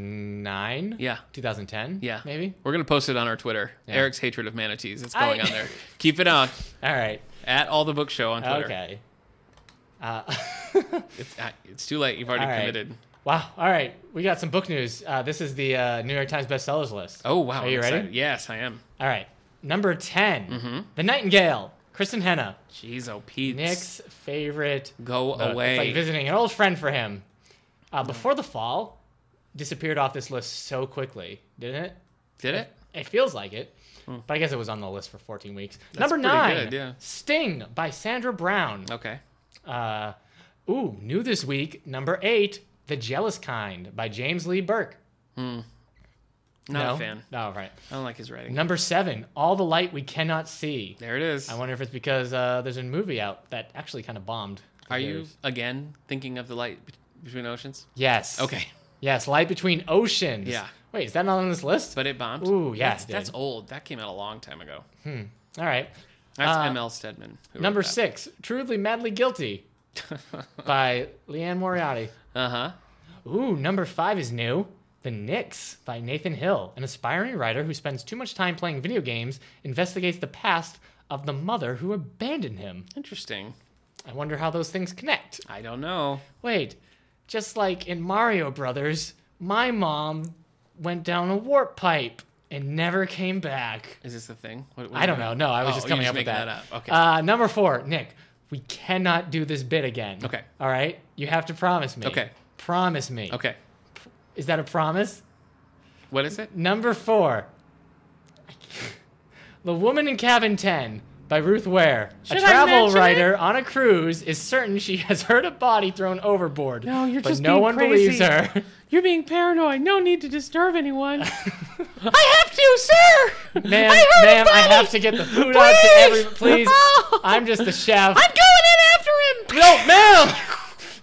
A: 2009.
B: Yeah.
A: 2010.
B: Yeah.
A: Maybe.
B: We're gonna post it on our Twitter.
A: Yeah.
B: Eric's hatred of manatees. It's going
A: I-
B: on there. Keep it on.
A: All right.
B: At all the book show on Twitter.
A: Okay. Uh,
B: It's, uh, it's too late. You've already
A: All right.
B: committed.
A: Wow. All right. We got some book news. Uh, this is the uh, New York Times bestsellers list.
B: Oh wow!
A: Are you
B: I'm
A: ready?
B: excited. Yes, I am.
A: All right. Number 10,
B: Mm-hmm.
A: The Nightingale, Kristen Henna,
B: Jeez, oh Pete,
A: Nick's favorite.
B: go
A: book.
B: away.
A: It's like visiting an old friend for him. Uh, before the fall, disappeared off this list so quickly, didn't it?
B: Did it?
A: It feels like it. But I guess it was on the list for 14 weeks. Number
B: Hmm. pretty
A: nine,
B: good, yeah.
A: Sting by Sandra Brown.
B: Okay.
A: Uh, ooh, new this week. Number eight, The Jealous Kind by James Lee Burke.
B: Not
A: no?
B: a fan.
A: No, right.
B: I don't like his writing.
A: Number seven, All the Light We Cannot See.
B: There it is.
A: I wonder if it's because uh, there's a movie out that actually kind of bombed.
B: Are you
A: theaters.
B: again thinking of the light bet- between oceans?
A: Yes.
B: Okay,
A: Yes, Light Between Oceans.
B: Yeah.
A: Wait, is that not on this list?
B: but it bombed.
A: Ooh, yeah,
B: that's,
A: it did.
B: that's old. That came out a long time ago.
A: All right.
B: That's
A: Uh,
B: M.L. Stedman. who wrote
A: Number
B: that.
A: six, Truly Madly Guilty by Leanne Moriarty.
B: Uh huh.
A: Ooh, number five is new. The Knicks by Nathan Hill, an aspiring writer who spends too much time playing video games, investigates the past of the mother who abandoned him.
B: Interesting.
A: I wonder how those things connect.
B: I don't know.
A: Wait, just like in Mario Brothers, my mom went down a warp pipe and never came back.
B: Is this the thing? What, what
A: I
B: is
A: don't
B: it?
A: know. No, I was
B: Oh,
A: just
B: you're
A: coming up with
B: making
A: that.
B: up. Okay.
A: Uh, number four, Nick, we cannot do this bit again.
B: Okay.
A: All right. You have to promise me.
B: Okay.
A: Promise me.
B: Okay.
A: Is that a promise?
B: What is it?
A: Number four. the Woman in Cabin 10 by Ruth Ware.
B: Should
A: a
B: I
A: travel
B: mention
A: writer on a cruise is certain she has heard a body thrown overboard.
B: No, you're
A: but
B: just
A: no
B: being
A: one
B: crazy.
A: believes her.
B: You're being paranoid. No need to disturb anyone. I have to, sir.
A: Ma'am,
B: I heard
A: ma'am,
B: a
A: I
B: body!
A: have to get the food out to everyone. Please.
B: Oh.
A: I'm just the chef.
B: I'm going in after him.
A: No, ma'am!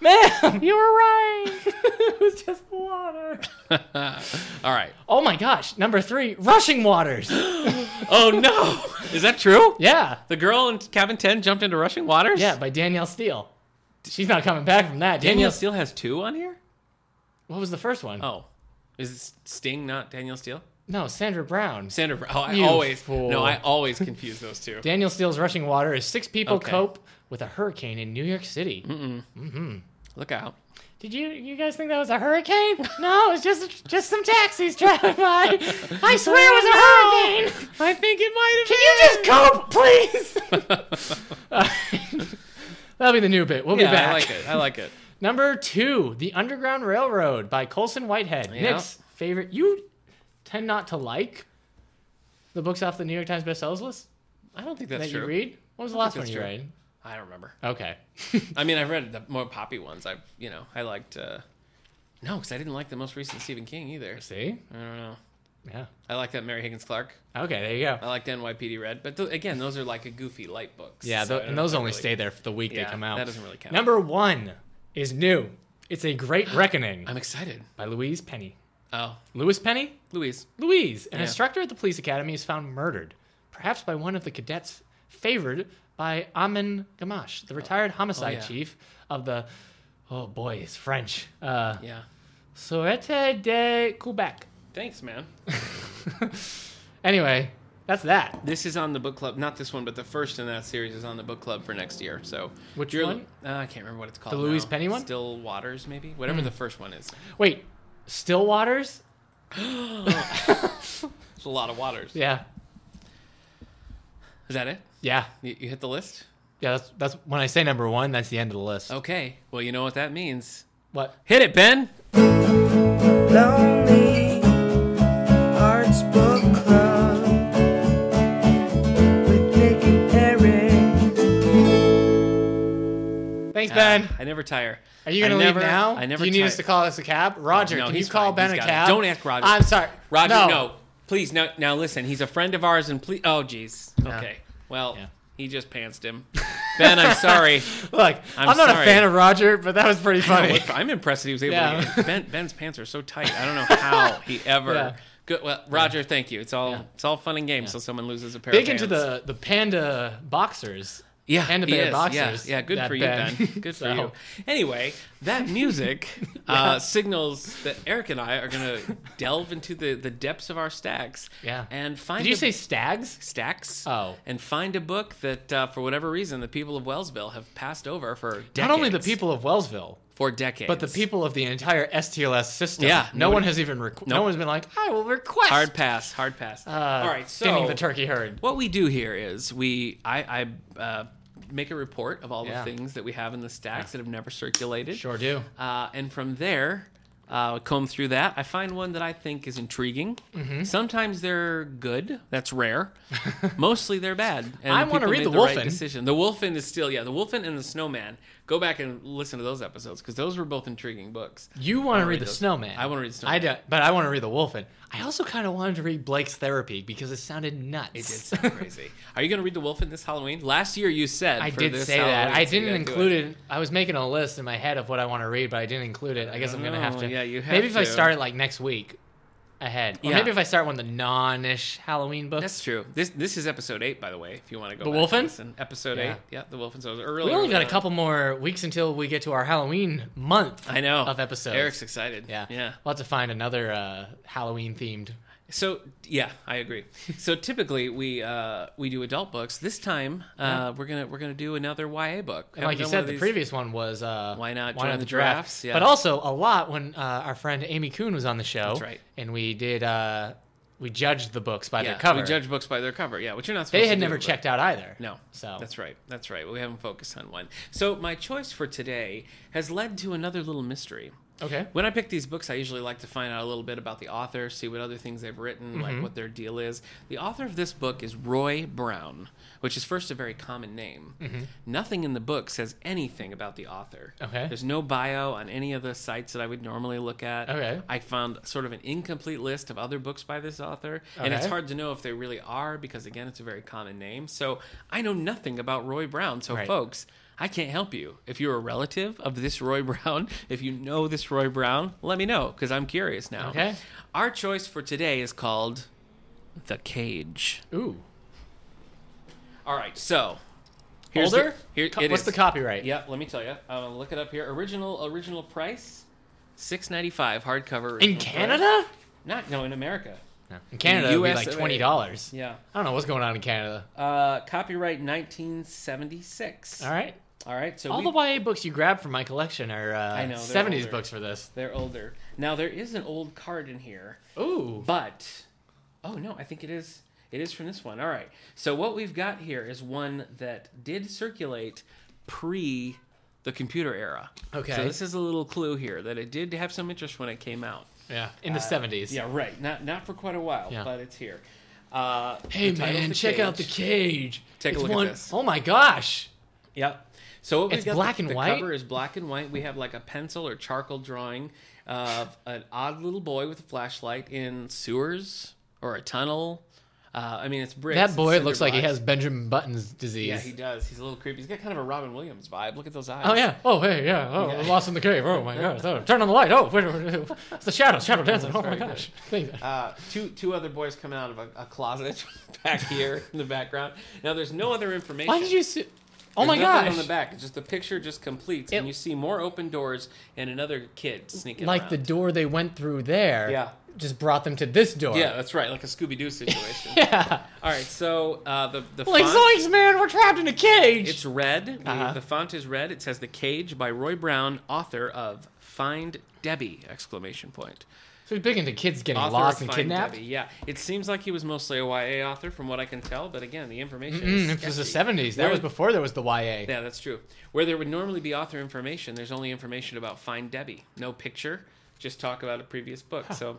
A: ma'am!
B: You were right.
A: it was just water.
B: All right.
A: Oh my gosh. Number three, rushing waters.
B: Oh no. Is that true?
A: Yeah.
B: The girl in cabin ten jumped into rushing waters.
A: Yeah, by Danielle Steele. She's not coming back from that.
B: Danielle
A: Danielle,
B: Steele has two on here.
A: what was the first one?
B: Oh, is Sting not Danielle Steele?
A: No, Sandra Brown.
B: Sandra. Oh, I
A: You
B: always
A: fool.
B: no. I always confuse those two.
A: Daniel Steele's rushing water as six people
B: Okay.
A: cope with a hurricane in New York City.
B: Look out.
A: Did you you guys think that was a hurricane? no, it was just just some taxis driving by. I swear it was a hurricane.
B: I think it might have.
A: Can you just cope, please? Uh, That'll be the new bit. We'll
B: Yeah,
A: be back.
B: I like it. I like it.
A: Number two, The Underground Railroad by Colson Whitehead.
B: Yeah.
A: Nick's favorite. You tend not to like the books off the New York Times bestsellers list
B: I don't think that's
A: that
B: true.
A: you read. What was the last
B: think
A: one
B: that's
A: you
B: true.
A: read?
B: I don't remember.
A: Okay.
B: I mean, I've read the more poppy ones. I, you know, I liked. Uh, no, because I didn't like the most recent Stephen King either.
A: See?
B: I don't know.
A: Yeah.
B: I like that Mary Higgins Clark.
A: Okay, there you go.
B: I like the NYPD Red, but th- again, those are like a goofy light books.
A: Yeah,
B: so
A: tho-
B: I don't
A: and those
B: know if I
A: only
B: really-
A: stay there for the week
B: Yeah,
A: they come out.
B: that doesn't really count.
A: Number one is new. It's a Great Reckoning
B: I'm excited.
A: by Louise Penny.
B: Oh,
A: Louis Penny?
B: Louise.
A: Louise, an
B: Yeah.
A: instructor at the police academy, is found murdered, perhaps by one of the cadets favored by Amin Gamash, the retired homicide
B: Oh, yeah.
A: chief of the. Oh boy, it's French. Uh,
B: Yeah.
A: Sûreté de Quebec.
B: Thanks, man.
A: Anyway, that's that.
B: This is on the book club. Not this one, but the first in that series is on the book club for next year. So
A: Which
B: you're-
A: one?
B: Uh, I can't remember what it's called.
A: Louise
B: now.
A: Penny one? Hmm.
B: Still Waters, maybe. Whatever the first one is.
A: Wait, Stillwaters?
B: It's a lot of waters.
A: Yeah,
B: Is that it?
A: yeah,
B: You, you hit the list.
A: yeah. That's that's when I say number one. That's the end of the list.
B: Okay. Well, you know what that means.
A: What?
B: Hit it, Ben.
C: Lonely Hearts Book Club with Nick and Eric.
A: Thanks, Ben.
B: Ah, I never tire.
A: Are you
B: Uh, I
A: gonna leave
B: never-
A: now?
B: I never.
A: Do you need
B: tire.
A: us to call us a cab? Roger,
B: No,
A: can you
B: he's
A: call
B: fine.
A: Ben
B: He's
A: a
B: got it.
A: cab?
B: Don't ask Roger.
A: I'm sorry,
B: Roger, no. Please, now, now listen. He's a friend of ours, and please. Oh, jeez. Okay. Well,
A: Yeah.
B: he just pantsed him. ben, I'm sorry.
A: Look, I'm,
B: I'm
A: not a
B: sorry.
A: fan of Roger, but that was pretty
B: Oh,
A: funny.
B: look, I'm impressed that he was able
A: Yeah.
B: to get it. Ben, Ben's pants are so tight. I don't know how he ever.
A: Yeah.
B: Good. Well, Roger, thank you. It's all
A: Yeah.
B: it's all fun and games. So someone loses a pair.
A: Big
B: of
A: into
B: pants.
A: the the panda boxers.
B: yeah,
A: panda
B: he
A: bear
B: is.
A: boxers,
B: Yeah, yeah, good
A: that
B: for you,
A: Ben.
B: Ben. Good for
A: So-
B: you. Anyway, that music uh, signals that Eric and I are going to delve into the the depths of our stacks.
A: Yeah.
B: and find.
A: Did you
B: a-
A: say stags?
B: stacks?
A: Oh.
B: and find a book that, uh, for whatever reason, the people of Wellsville have passed over for decades.
A: Not only the people of Wellsville,
B: for decades,
A: but the people of the entire STLS system.
B: Yeah,
A: no
B: nobody-
A: one has even requ- no
B: Nope.
A: one's been like, I will request.
B: Hard pass. Hard pass.
A: uh,
B: All right. So
A: skinning the turkey herd.
B: what we do here is we I, I uh, make a report of all
A: Yeah.
B: the things that we have in the stacks that have never circulated.
A: Sure do.
B: Uh, and from there, uh, comb through that. I find one that I think is intriguing.
A: Mm-hmm.
B: Sometimes they're good. That's rare. Mostly they're bad. And
A: I wanna
B: people
A: read
B: made
A: The Wolfen.
B: Right decision. The Wolfen is still yeah. The Wolfen and the Snowman. Go back and listen to those episodes because those were both intriguing books.
A: You want to read,
B: read
A: the
B: those.
A: snowman.
B: I wanna read the
A: I
B: Snowman.
A: do, but I want to read the wolfen. I also kind of wanted to read Blake's therapy because it sounded nuts.
B: It did sound crazy. Are you going to read The Wolfen this Halloween? Last year you said
A: I
B: for
A: did
B: this
A: say that.
B: Halloween,
A: I
B: so you
A: didn't
B: gotta do
A: include it. I was making a list in my head of what I want to read, but I didn't include it. I guess I'm gonna have
B: know.
A: to.
B: Oh, Yeah, you have
A: maybe if I
B: to.
A: start it like next week, ahead. Or
B: Yeah.
A: maybe if I start one of the non-ish Halloween books.
B: That's true. This this is episode eight, by the way. If you want to go,
A: The
B: back and
A: Wolfen?
B: listen. episode
A: Yeah.
B: eight. Yeah, the Wolfen. So it was
A: we
B: early.
A: only
B: early
A: got a
B: on.
A: couple more weeks until we get to our Halloween month.
B: I know
A: of episodes.
B: Eric's excited.
A: yeah,
B: yeah.
A: We'll have to find another uh, Halloween themed.
B: So yeah, I agree. so typically we uh, we do adult books. This time uh, we're gonna we're gonna do another YA book.
A: And like you
B: Haven't done one
A: said,
B: of
A: the
B: these-
A: previous one was uh,
B: Why Not Join the Giraffes? Yeah.
A: But also a lot when uh, our friend Amy Kuhn was on the show.
B: That's right.
A: And we did uh, we judged the books by
B: yeah,
A: their cover.
B: We judge books by their cover. Yeah, which you're not supposed
A: they
B: to
A: had
B: do,
A: never
B: but-
A: checked out either.
B: No.
A: So
B: That's right. That's right. We haven't focused on one. So my choice for today has led to another little mystery.
A: okay.
B: When I pick these books, I usually like to find out a little bit about the author, see what other things they've written,
A: Mm-hmm.
B: like what their deal is. The author of this book is Roy Brown, which is first a very common name.
A: Mm-hmm.
B: Nothing in the book says anything about the author.
A: Okay.
B: There's no bio on any of the sites that I would normally look at.
A: Okay.
B: I found sort of an incomplete list of other books by this author, and it's
A: Okay.
B: hard to know if they really are because, again, it's a very common name. So I know nothing about Roy Brown. So,
A: Right.
B: folks, I can't help you. If you're a relative of this Roy Brown, if you know this Roy Brown, let me know because I'm curious now.
A: Okay.
B: Our choice for today is called The Cage.
A: Ooh.
B: All right. So, the-
A: Older?
B: here,
A: Co-
B: it
A: what's
B: is.
A: the copyright?
B: Yeah, let me tell you. I'm gonna look it up here. Original original price, six ninety five hardcover.
A: In
B: original price.
A: Canada?
B: Not no, in America.
A: No. In Canada, it would be like
B: USA.
A: twenty dollars.
B: Yeah.
A: I don't know what's going on in Canada.
B: Uh, copyright 1976.
A: All right.
B: All right. So
A: All
B: we,
A: the YA books you grabbed from my collection are uh,
B: I know, they're
A: 70s
B: older.
A: books for this.
B: they're older. Now there is an old card in here,
A: Ooh.
B: but oh no, I think it is. It is from this one. All right. So what we've got here is one that did circulate pre the computer era.
A: Okay.
B: So this is a little clue here that it did have some interest when it came out.
A: Yeah. In
B: Uh,
A: the 70s.
B: Yeah, right. Not not for quite a while,
A: Yeah.
B: but it's here. Uh,
A: Hey
B: the title's
A: man,
B: The
A: check out the cage.
B: Cage. Take a
A: It's
B: look at
A: one-
B: this.
A: Oh my gosh.
B: Yep. So what we've
A: It's
B: got-
A: black
B: the,
A: and
B: the
A: white?
B: cover is black and white. We have like a pencil or charcoal drawing of an odd little boy with a flashlight in sewers or a tunnel. Uh, I mean, it's bricks.
A: That
B: it's
A: boy
B: cinder
A: looks like he
B: blocks.
A: has Benjamin Button's disease.
B: Yeah, he does. He's a little creepy. He's got kind of a Robin Williams vibe. Look at those eyes.
A: Oh yeah. Oh hey yeah. Oh,
B: Yeah.
A: we're lost in the cave. Oh my gosh. Oh, turn on the light. Oh, wait, wait, wait. it's the shadow. Shadow dancing. Oh my
B: very
A: gosh. Thank-
B: Uh, two two other boys coming out of a, a closet back here in the background. Now, there's no other information.
A: Why did you? See- oh my
B: There's nothing on the
A: gosh.
B: back, It's just the picture just completes, and
A: It-
B: you see more open doors and another kid sneaking
A: Like
B: around.
A: the door they went through there.
B: Yeah.
A: Just brought them to this door.
B: Yeah, that's right, like a Scooby Doo situation.
A: Yeah.
B: All right, so uh, the the
A: Like
B: font,
A: Zoinks, man, we're trapped in a cage.
B: it's red. We-
A: Uh-huh.
B: The font is red. It says "The Cage" by Roy Brown, author of "Find Debbie!" exclamation point.
A: so he's big into kids getting
B: Author
A: lost
B: of
A: and
B: Find
A: kidnapped.
B: Debbie. Yeah, it seems like he was mostly a YA author, from what I can tell. But again, the information
A: Mm,
B: is
A: it was the
B: sketchy.
A: seventies. That
B: Where-
A: was before there was the YA.
B: Yeah, that's true. Where there would normally be author information, there's only information about Find Debbie. No picture, just talk about a previous book. So,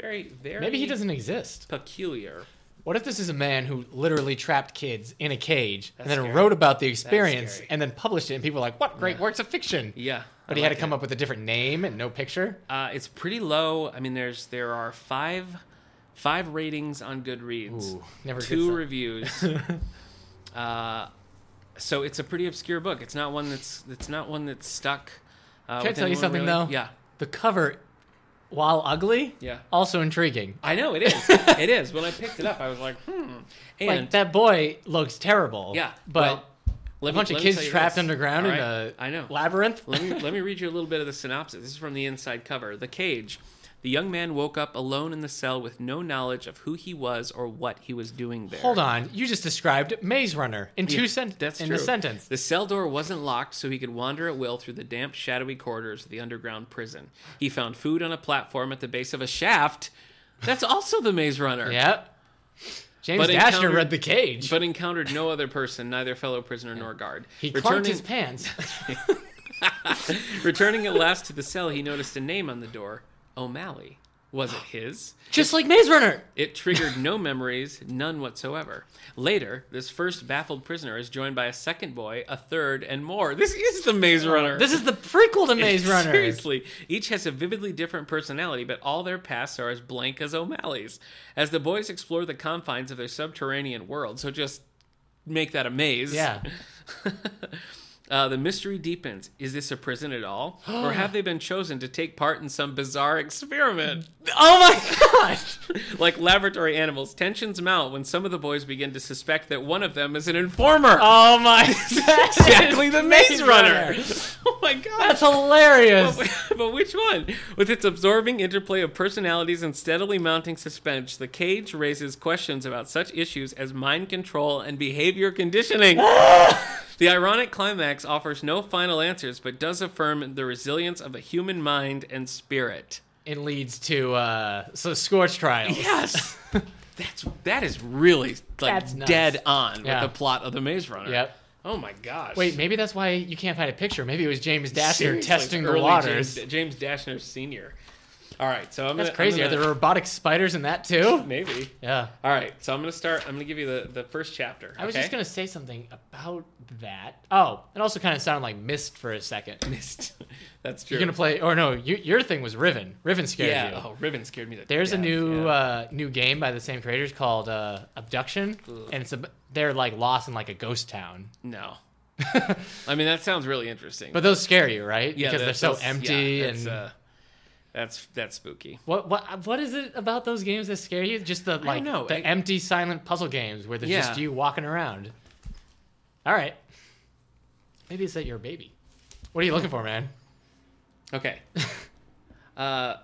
B: very, very
A: Maybe he doesn't exist.
B: peculiar.
A: What if this is a man who literally trapped kids in a cage and
B: That's
A: then
B: scary.
A: wrote about the experience
B: scary.
A: and then published it, and people were like, "What great
B: Yeah.
A: works of fiction!"
B: Yeah,
A: But he had to come up with a different name and no picture.
B: Uh, it's pretty low. I mean, there's there are five five ratings on Goodreads,
A: Ooh, never a good
B: two
A: sign.
B: reviews. uh, so it's a pretty obscure book. It's not one that's it's not one that's stuck. Uh,
A: Can I
B: with
A: tell you
B: anyone
A: something
B: really.
A: though?
B: Yeah,
A: The cover, while ugly,
B: Yeah.
A: also intriguing.
B: I know it is. it is. When I picked it up, I was like, hmm. And
A: like that boy looks terrible.
B: yeah,
A: but
B: well,
A: a bunch of kids trapped underground in
B: the.
A: a
B: I know.
A: labyrinth.
B: let me let me read you a little bit of the synopsis. This is from the inside cover. The cage. The young man woke up alone in the cell with no knowledge of who he was or what he was doing there.
A: Hold on, you just described Maze Runner in two
B: Yeah,
A: sentences.
B: That's
A: in
B: true.
A: a sentence.
B: The cell door wasn't locked, so he could wander at will through the damp, shadowy corridors of the underground prison. He found food on a platform at the base of a shaft. That's also the Maze Runner.
A: Yep. James
B: But
A: Dashner
B: encountered-
A: read the cage.
B: But encountered no other person, neither fellow prisoner nor guard.
A: he
B: Returning-
A: clunked his pants.
B: Returning at last to the cell, he noticed a name on the door O'Malley. Was it his?
A: Just like Maze Runner.
B: It triggered no memories, none whatsoever. Later, this first baffled prisoner is joined by a second boy, a third, and more. This is the Maze Runner.
A: This is the prequel to Maze Runner.
B: Seriously, each has a vividly different personality, but all their pasts are as blank as O'Malley's. As the boys explore the confines of their subterranean world, so just make that a maze.
A: Yeah.
B: Uh, the mystery deepens. Is this a prison at all? or have they been chosen to take part in some bizarre experiment?
A: Oh my gosh.
B: like laboratory animals, tensions mount when some of the boys begin to suspect that one of them is an informer.
A: Oh my.
B: exactly the Maze Runner. oh my god.
A: That's hilarious.
B: but which one? With its absorbing interplay of personalities and steadily mounting suspense, the cage raises questions about such issues as mind control and behavior conditioning. the ironic climax offers no final answers but does affirm the resilience of the human mind and spirit.
A: it leads to uh, so Scorch Trials.
B: Yes. That's that is really like
A: That's nuts.
B: dead on
A: Yeah.
B: with the plot of the Maze Runner.
A: Yep.
B: Oh my gosh.
A: Wait, maybe that's why you can't find a picture. Maybe it was James Dasher
B: Seriously,
A: testing the
B: early
A: waters.
B: James, James Dashner Senior. All right, so I'm
A: That's
B: gonna,
A: crazy.
B: I'm
A: Are there
B: gonna,
A: robotic spiders in that too?
B: maybe.
A: Yeah.
B: All right, so I'm gonna start. I'm gonna give you the, the first chapter.
A: I was
B: okay?
A: just gonna say something about that. Oh, it also kind of sounded like Mist for a second.
B: missed. That's true.
A: You're gonna play, or no? You, your thing was Riven. Riven scared
B: yeah.
A: you.
B: Oh, Ribbon scared me. To
A: There's a
B: death,
A: new
B: yeah.
A: uh, new game by the same creators called uh, Abduction, and it's a, they're like lost in like a ghost town.
B: no. I mean, that sounds really interesting.
A: But those scare you, right?
B: yeah,
A: because
B: that-
A: they're so
B: that's- yeah,
A: empty
B: that's,
A: and
B: uh, that's that's spooky.
A: what what what is it about those games that scare you? Just the like
B: know.
A: the
B: I-
A: empty silent puzzle games where there's just
B: Yeah.
A: you walking around. All right, maybe it's that you're a baby. What are you looking for, man?
B: Okay. uh,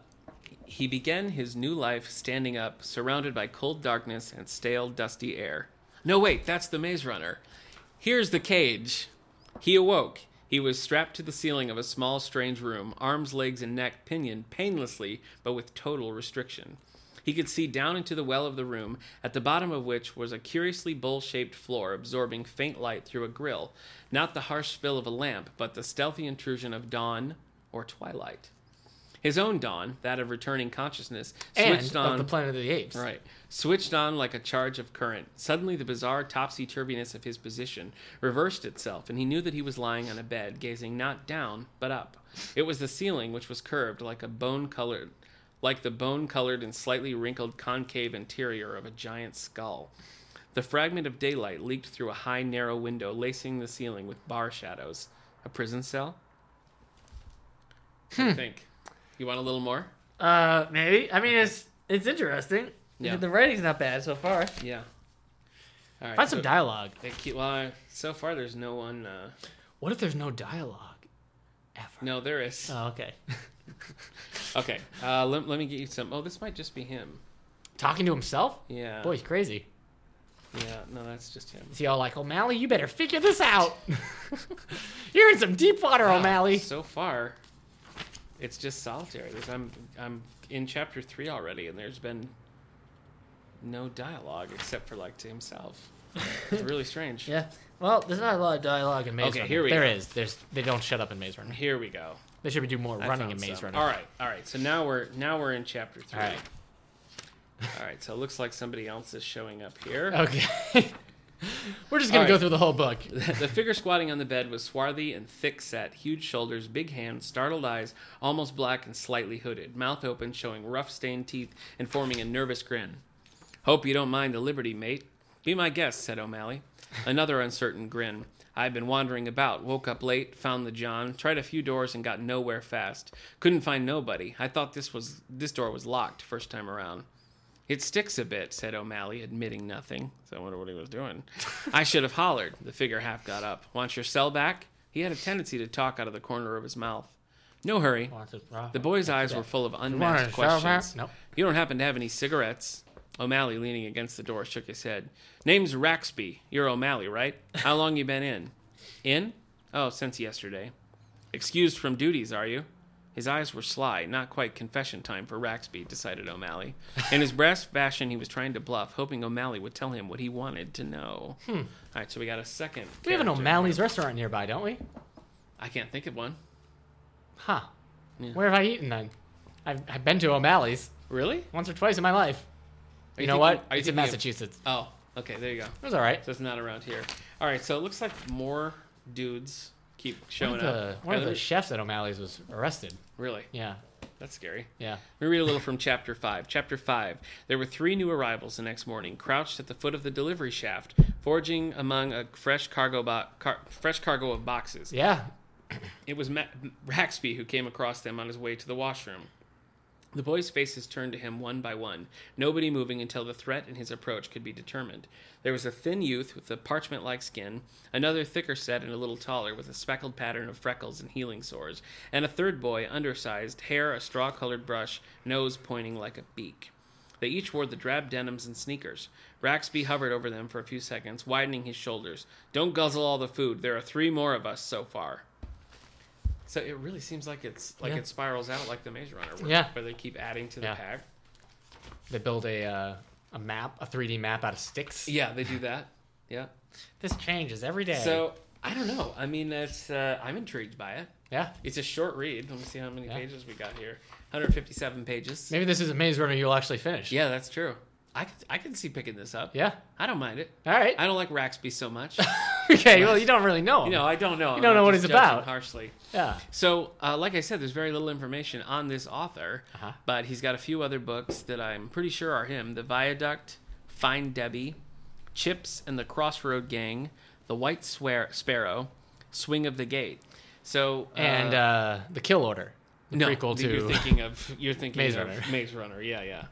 B: he began his new life standing up, surrounded by cold darkness and stale, dusty air. No, wait, that's the Maze Runner. Here's the cage. He awoke. He was strapped to the ceiling of a small, strange room, arms, legs, and neck pinioned painlessly, but with total restriction. He could see down into the well of the room, at the bottom of which was a curiously bowl shaped floor absorbing faint light through a grill. Not the harsh spill of a lamp, but the stealthy intrusion of dawn or twilight. His own dawn, that of returning consciousness, switched
A: and
B: on
A: of the Planet of the Apes.
B: Right. Switched on like a charge of current. Suddenly, the bizarre topsy turviness of his position reversed itself, and he knew that he was lying on a bed, gazing not down, but up. It was the ceiling, which was curved like a bone colored. Like the bone colored and slightly wrinkled concave interior of a giant skull. The fragment of daylight leaked through a high, narrow window, lacing the ceiling with bar shadows. A prison cell?
A: Hmm.
B: What do you think? You want a little more?
A: Uh, maybe. I mean, it's it's interesting.
B: Yeah. The
A: writing's not bad so far.
B: Yeah. All right.
A: Find some
B: so-
A: dialogue.
B: They keep, well, I- so far there's no one. Uh,
A: What if there's no dialogue ever?
B: no, there is.
A: Oh, okay.
B: Okay, uh, let, let me get you some. Oh, this might just be him.
A: Talking to himself?
B: Yeah.
A: Boy, he's crazy.
B: Yeah, no, that's just him.
A: Is he all like, O'Malley, you better figure this out. You're in some deep water, O'Malley.
B: So far, it's just solitary. There's- I'm I'm in chapter three already, and there's been no dialogue except for like to himself. It's really strange.
A: Yeah. Well, there's not a lot of dialogue in Maze
B: Okay,
A: Runner.
B: here we
A: There
B: go.
A: is. There's. They don't shut up in Maze Runner.
B: Here we go.
A: They should be doing more
B: I
A: running
B: found
A: in Maze
B: some.
A: Runner.
B: All right, all right. So now we're now we're in chapter three.
A: All right.
B: All right, so it looks like somebody else is showing up here.
A: Okay. We're just gonna
B: All
A: go
B: right.
A: through the whole book.
B: the figure squatting on the bed was swarthy and thick set, huge shoulders, big hands, startled eyes, almost black and slightly hooded, mouth open, showing rough stained teeth and forming a nervous grin. Hope you don't mind the liberty, mate. Be my guest, said O'Malley. Another uncertain grin. I've been wandering about, woke up late, found the John, tried a few doors and got nowhere fast. Couldn't find nobody. I thought this was this door was locked first time around. It sticks a bit, said O'Malley, admitting nothing. So I wonder what he was doing. I should have hollered. The figure half got up. Want your cell back? He had a tendency to talk out of the corner of his mouth. No hurry. The boy's eyes were full of
A: want
B: unmatched
A: a cell back?
B: questions.
A: Nope.
B: You don't happen to have any cigarettes? O'Malley, leaning against the door, shook his head. Name's Raxby. You're O'Malley, right? How long you been in? In? Oh, since yesterday. Excused from duties, are you? His eyes were sly, not quite confession time for Raxby, decided O'Malley. In his brass fashion, he was trying to bluff, hoping O'Malley would tell him what he wanted to know. All right, so we got a second.
A: Hmm. We have an
B: character.
A: O'Malley's restaurant nearby, don't we?
B: I can't think of one.
A: Huh. Where have I eaten then? I've, I've been to O'Malley's
B: Really?
A: once or twice in my life. You,
B: you
A: know
B: thinking-
A: what?
B: are you
A: It's in
B: thinking of-
A: Massachusetts.
B: Oh, okay, there you go.
A: It was all right.
B: So it's not around here. All right, so it looks like more dudes keep
A: One
B: showing
A: of the,
B: up.
A: one of
B: Are
A: the
B: there-
A: chefs at O'Malley's was arrested.
B: really?
A: Yeah,
B: That's scary.
A: yeah.
B: Let me read a little from chapter 5. Chapter 5. There were three new arrivals the next morning, crouched at the foot of the delivery shaft, foraging among a fresh cargo, bo- car- fresh cargo of boxes.
A: Yeah,
B: It was Ma- Raxby who came across them on his way to the washroom. The boys' faces turned to him one by one, nobody moving until the threat and his approach could be determined. There was a thin youth with a parchment like skin, another thicker set and a little taller with a speckled pattern of freckles and healing sores, and a third boy, undersized, hair a straw colored brush, nose pointing like a beak. They each wore the drab denims and sneakers. Raxby hovered over them for a few seconds, widening his shoulders. Don't guzzle all the food. There are three more of us so far. So it really seems like it's like
A: Yeah.
B: it spirals out like the Maze Runner, where,
A: Yeah.
B: where they keep adding to the
A: Yeah.
B: pack.
A: They build a uh, a map, a 3D map out of sticks.
B: Yeah, they do that. Yeah.
A: This changes every day.
B: So I don't know. I mean, it's uh, I'm intrigued by it.
A: yeah,
B: It's a short read. Let me see how many
A: Yeah.
B: pages we got here. 157 pages.
A: maybe this is a maze runner you'll actually finish.
B: Yeah, that's true. I could, I can see picking this up.
A: Yeah.
B: I don't mind it.
A: All right.
B: I don't like Raxby so much.
A: okay. Well, you don't really know.
B: You know, I don't know. You
A: don't know what he's about.
B: Harshly.
A: Yeah.
B: So, uh, like I said, there's very little information on this author,
A: Uh-huh.
B: but he's got a few other books that I'm pretty sure are him: The Viaduct, Find Debbie, Chips and the Crossroad Gang, The White Swear- Sparrow, Swing of the Gate. So, uh,
A: And uh, the Kill Order, the
B: no,
A: prequel
B: th-
A: to
B: you're thinking of you're thinking
A: Maze
B: of
A: Runner.
B: Maze Runner. Yeah, yeah.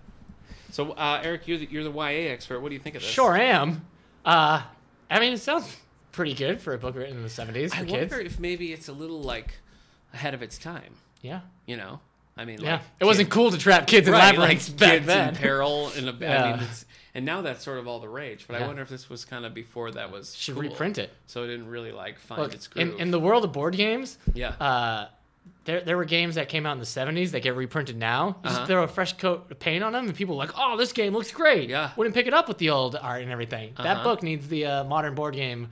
B: So, uh, Eric, you're the, you're the YA expert. What do you think of this?
A: Sure Am. Uh, I mean, it sounds pretty good for a book written in the '70s for
B: I
A: kids.
B: wonder if maybe it's a little like ahead of its time.
A: Yeah.
B: You know, I mean,
A: Yeah.
B: like,
A: It wasn't cool to trap kids in
B: right,
A: labyrinths
B: like
A: back
B: kids
A: then.
B: in peril, and a, I
A: Yeah.
B: mean, it's, and now that's sort of all the rage. But I
A: Yeah.
B: wonder if this was kind of before that was
A: Should
B: cool.
A: reprint it.
B: so it didn't really like find
A: Look,
B: its groove.
A: in, in the world of board games,
B: yeah,
A: uh, there there were games that came out in the '70s that get reprinted now. You
B: Uh-huh.
A: just throw a fresh coat of paint on them, and people are like, "Oh, this game looks great."
B: Yeah.
A: wouldn't pick it up with the old art and everything.
B: Uh-huh.
A: That book needs the uh, modern board game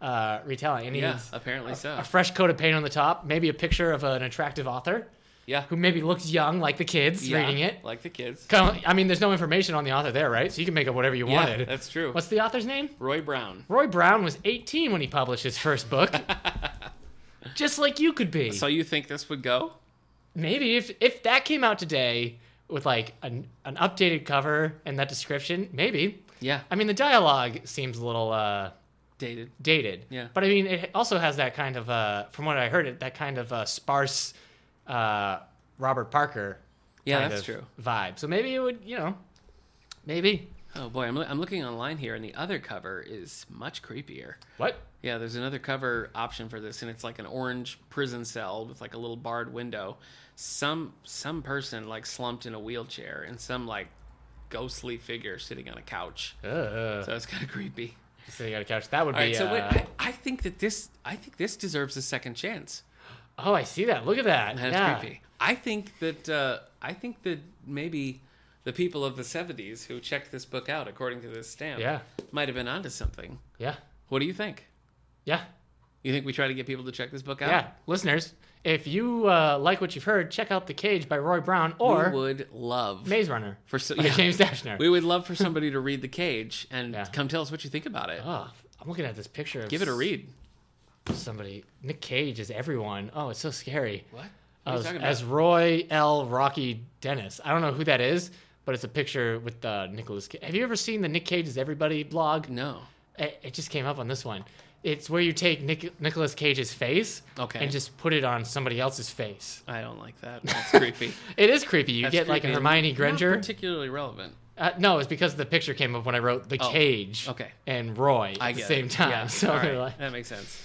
A: uh, retelling. It needs
B: yeah, apparently so.
A: a fresh coat of paint on the top, maybe a picture of an attractive author
B: yeah,
A: who maybe looks young, like the kids
B: yeah,
A: reading it.
B: like the kids.
A: Kinda- I mean, there's no information on the author there, right? So you can make up whatever you
B: Yeah,
A: wanted.
B: that's true.
A: What's the author's name?
B: Roy Brown.
A: Roy Brown was 18 when he published his first book. Just like you could be.
B: So you think this would go?
A: Maybe if if that came out today with like an an updated cover and that description, maybe.
B: Yeah,
A: I mean, the dialogue seems a little uh,
B: dated.
A: dated.
B: Yeah.
A: But I mean, it also has that kind of, uh, from what I heard, it that kind of uh, sparse uh, Robert Parker.
B: Yeah,
A: kind
B: that's
A: of
B: true.
A: Vibe. So maybe it would, you know, maybe
B: Oh boy, I'm, lo- I'm looking online here, and the other cover is much creepier.
A: what?
B: Yeah, there's another cover option for this, and it's like an orange prison cell with like a little barred window. Some some person like slumped in a wheelchair, and some like ghostly figure sitting on a couch.
A: Uh,
B: So it's kind of creepy.
A: so you gotta catch. That would
B: All
A: be.
B: right, so wait,
A: uh,
B: I, I think that this I think this deserves a second chance.
A: oh, I see that. Look at that.
B: That's
A: yeah.
B: creepy. I think that uh, I think that maybe the people of the '70s who checked this book out, according to this stamp,
A: Yeah.
B: might have been onto something.
A: Yeah.
B: What do you think?
A: Yeah.
B: You think we try to get people to check this book out?
A: Yeah, listeners, if you uh, like what you've heard, check out The Cage by Roy Brown or
B: we would love
A: Maze Runner
B: for so,
A: by
B: yeah.
A: James Dashner.
B: We would love for somebody to read the cage and
A: Yeah.
B: come tell us what you think about it.
A: oh, I'm looking at this picture. Of
B: Give it a read.
A: Somebody, Nick Cage is everyone. Oh, it's so scary.
B: What? What are you
A: As,
B: talking
A: as
B: about?
A: Roy L. Rocky Dennis. I don't know who that is, but it's a picture with uh, Nicholas. Cage. Have you ever seen the Nick Cage is Everybody blog?
B: No.
A: It, it just came up on this one. It's where you take Nick, Nicholas Cage's face
B: Okay.
A: and just put it on somebody else's face.
B: I don't like that. That's creepy.
A: It is creepy. You
B: That's
A: get like a
B: creepy.
A: Hermione
B: Not
A: Granger.
B: particularly relevant.
A: Uh, no, it's because the picture came up when I wrote the
B: Oh,
A: cage.
B: okay.
A: And Roy at
B: I
A: the
B: get
A: same
B: it.
A: time.
B: Yeah.
A: So
B: All right.
A: they're like,
B: that makes sense.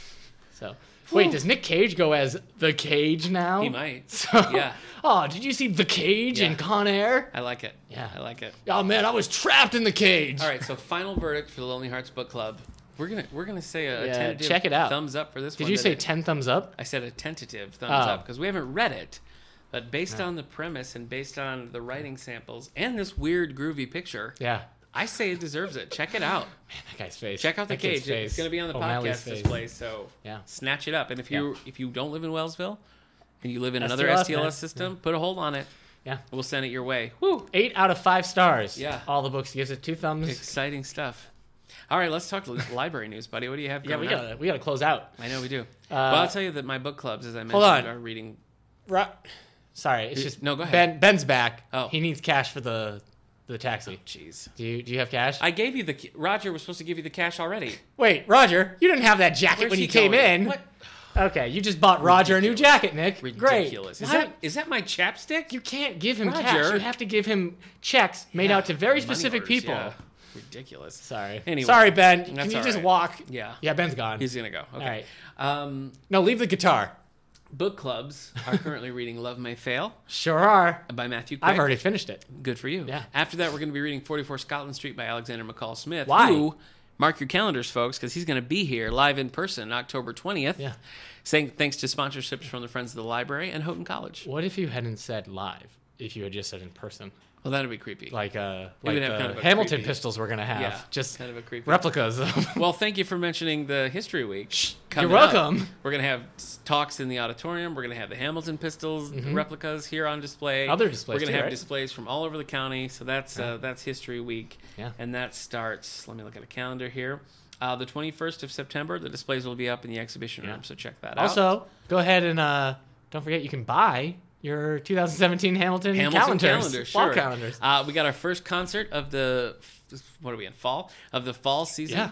A: so. Wait, does Nick Cage go as the Cage now?
B: He might.
A: So,
B: Yeah.
A: Oh, did you see the Cage in
B: Yeah.
A: Con Air?
B: I like it.
A: Yeah.
B: I like it.
A: Oh man, I was trapped in the cage.
B: All right. So final verdict for the Lonely Hearts Book Club. We're gonna we're gonna say a
A: Yeah,
B: tentative
A: check it out.
B: thumbs up for this
A: Did
B: one.
A: you
B: that
A: say
B: it-
A: ten thumbs up?
B: I said a tentative thumbs
A: Oh.
B: up because we haven't read it. But based on the premise and based on the writing samples and this weird groovy picture,
A: Yeah. Man,
B: I say it deserves it. Check it out.
A: that guy's face.
B: Check out the
A: That kid's
B: cage. It's
A: face.
B: going to be on the
A: O'Malley's
B: podcast
A: face.
B: display, so
A: Yeah.
B: snatch it up. And if you
A: Yeah.
B: if you don't live in Wellsville and you live in another
A: STLS,
B: STLS
A: man.
B: system, put a hold on it.
A: Yeah.
B: We'll send it your way. Woo!
A: Eight out of five stars.
B: Yeah.
A: All the books gives it two thumbs.
B: Exciting stuff. All right, let's talk li- library news, buddy. What do you have?
A: yeah,
B: Going
A: we
B: on?
A: gotta we gotta close out.
B: I know we do. well, I'll tell you that my book clubs, as I mentioned,
A: on.
B: are reading.
A: Ru- Sorry, it's just
B: no, go
A: Ben
B: ahead.
A: Ben's back.
B: Oh.
A: He needs cash for the the taxi.
B: Jeez,
A: Do you do you have cash?
B: I gave you the ca- Roger was supposed to give you the cash already.
A: Wait, Roger, you didn't have that jacket
B: Where's
A: when
B: he
A: you came
B: going?
A: in.
B: What?
A: Okay, you just bought Roger a new
B: Ridiculous.
A: jacket, Nick.
B: Ridiculous.
A: Great.
B: Is
A: Why-
B: that is that my chapstick?
A: you can't give him cash.
B: Roger.
A: You have to give him checks made
B: Yeah,
A: out to very
B: money
A: specific
B: orders,
A: people.
B: yeah. Ridiculous.
A: Sorry.
B: Anyway.
A: Sorry, Ben. Can
B: That's
A: you
B: all
A: just
B: right.
A: walk?
B: Yeah.
A: Yeah, Ben's gone.
B: He's gonna go. Okay.
A: All right.
B: Um,
A: No, leave the guitar.
B: book clubs are currently reading Love May Fail
A: Sure are.
B: by Matthew Quick.
A: I've already finished it.
B: Good for you.
A: Yeah.
B: After that, we're going to be reading 44 Scotland Street by Alexander McCall Smith,
A: Why?
B: who Mark your calendars, folks, because he's going to be here live in person October 20th.
A: Yeah.
B: Saying thanks to sponsorships from the Friends of the Library and Houghton College.
A: What if you hadn't said live? If you had just said in person,
B: Well, that'd be creepy.
A: like uh, like
B: would have
A: the
B: kind of a
A: Hamilton
B: creepy-
A: pistols we're gonna have,
B: Yeah,
A: just
B: kind of a creepy-
A: replicas. Of them.
B: Well, thank you for mentioning the History Week. coming
A: you're
B: up.
A: welcome.
B: We're going to have s- talks in the auditorium. We're going to have the Hamilton pistols replicas here on display.
A: Mm-hmm. Other displays
B: We're going
A: too,
B: to have
A: right?
B: displays from all over the county. So that's uh, that's History Week.
A: Yeah.
B: And that starts. Let me look at the calendar here. Uh, the 21st of September, the displays will be up in the exhibition room. So check that out.
A: also, go ahead and uh, don't forget you can buy your 2017 Hamilton,
B: Hamilton
A: calendars,
B: calendar,
A: wall
B: sure.
A: calendars.
B: Uh, we got our first concert of the what are we in fall of the fall season?
A: Yeah.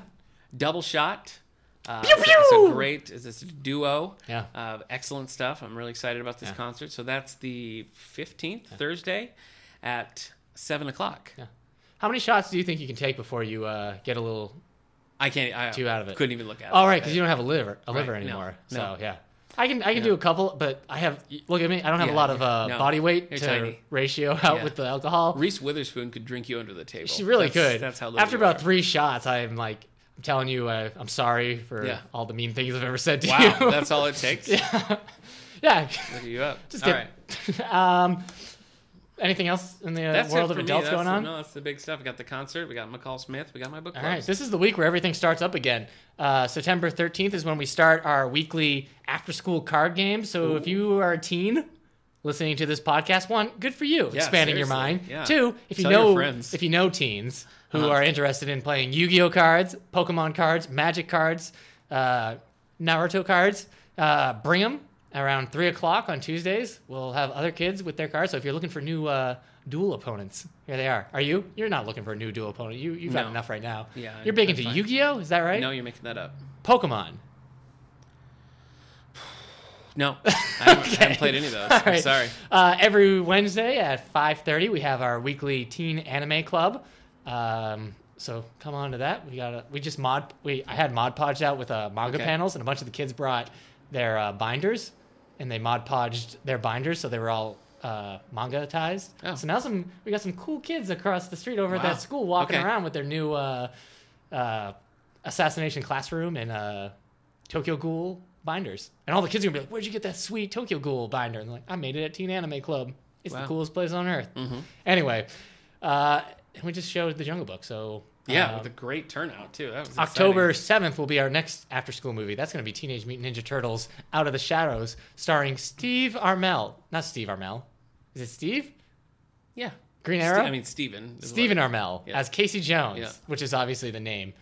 B: Double shot. Uh,
A: Pew,
B: it's a- It's,
A: pew!
B: a great. It's this duo.
A: Yeah.
B: Uh, excellent stuff. I'm really excited about this
A: Yeah.
B: concert. So that's the 15th Thursday at seven o'clock.
A: Yeah. How many shots do you think you can take before you uh, get a little?
B: I can't. I
A: Two out of it.
B: Couldn't even look at
A: All
B: it.
A: right, because you don't have a liver, a liver
B: Oh, Right, no,
A: anymore.
B: no.
A: So yeah, I can I can do a couple, but I have. Look at me, I don't have
B: Yeah,
A: a lot of
B: yeah,
A: uh,
B: no.
A: body weight
B: You're
A: to
B: tiny.
A: ratio out
B: Yeah.
A: with the alcohol.
B: Reese Witherspoon could drink you under the table.
A: She really
B: That's-
A: could.
B: That's how. little
A: After
B: you
A: about
B: are.
A: three shots, I'm like, I'm telling you, uh, I'm sorry for
B: Yeah.
A: all the mean things I've ever said to you.
B: Wow, that's all it takes.
A: yeah.
B: Look you up.
A: Just
B: all
A: kidding.
B: right.
A: um, anything else in the uh,
B: That's
A: world of
B: it for me.
A: adults
B: That's
A: going
B: the-
A: on?
B: No, that's the big stuff. We got the concert. We got McCall Smith. We got my book
A: All
B: club.
A: right, this is the week where everything starts up again. Uh, September 13th is when we start our weekly after school card game. So if you are a teen listening to this podcast, one, good for you, expanding your
B: seriously.
A: mind.
B: Yeah.
A: Two, if you
B: Tell your
A: know
B: friends.
A: if you know teens who
B: Uh-huh.
A: are interested in playing Yu-Gi-Oh cards, Pokemon cards, Magic cards, uh, Naruto cards, uh, bring them around three o'clock on Tuesdays. We'll have other kids with their cards. So if you're looking for new uh, dual opponents, here they are. Are you? You're not looking for a new dual opponent. You you've had
B: No.
A: enough right now.
B: Yeah,
A: You're big
B: I'm
A: into
B: fine.
A: Yu Gi Oh! Is that right?
B: No, you're making that up.
A: Pokemon.
B: No, I haven't, I haven't played any of those.
A: All
B: I'm
A: right.
B: sorry.
A: Uh, every Wednesday at 5.30, we have our weekly teen anime club. Um, so come on to that. We got to we just mod we I had mod podged out with uh, manga
B: Okay.
A: panels, and a bunch of the kids brought their uh, binders, and they mod podged their binders, so they were all uh, manga tized.
B: Oh.
A: So now some we got some cool kids across the street over at
B: Wow.
A: that school walking
B: Okay.
A: around with their new uh, uh, assassination classroom and uh, Tokyo Ghoul binders. And all the kids are gonna be like, "Where'd you get that sweet Tokyo Ghoul binder?" And they're like, "I made it at Teen Anime Club. It's
B: Wow. Mm-hmm.
A: the coolest place on earth." Anyway, uh, and we just showed the Jungle Book. So
B: Yeah,
A: um,
B: with a great turnout too. That was
A: October
B: exciting.
A: seventh will be our next after-school movie. That's gonna be Teenage Mutant Ninja Turtles: Out of the Shadows, starring Steve Armel. Not Steve Armel. Is it Steve?
B: Yeah.
A: Green
B: Ste-
A: Arrow?
B: I mean Steven. is
A: Stephen
B: what-
A: Armel
B: Yeah.
A: as Casey Jones,
B: Yeah. Mm-hmm.
A: which is obviously the name.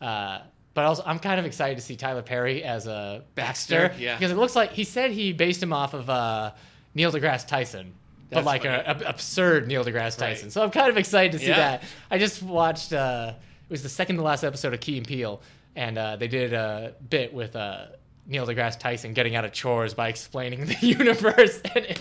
A: Uh, but also, I'm kind of excited to see Tyler Perry as a Baxter,
B: Baxter, yeah.
A: because it looks like he said he based him off of uh, Neil deGrasse Tyson, but
B: That's
A: like a, ab- absurd Neil deGrasse Tyson. So I'm kind of excited to see
B: Yeah.
A: that. I just watched uh, it was the second to last episode of Key and Peele, and uh, they did a bit with uh, Neil deGrasse Tyson getting out of chores by explaining the universe, and it,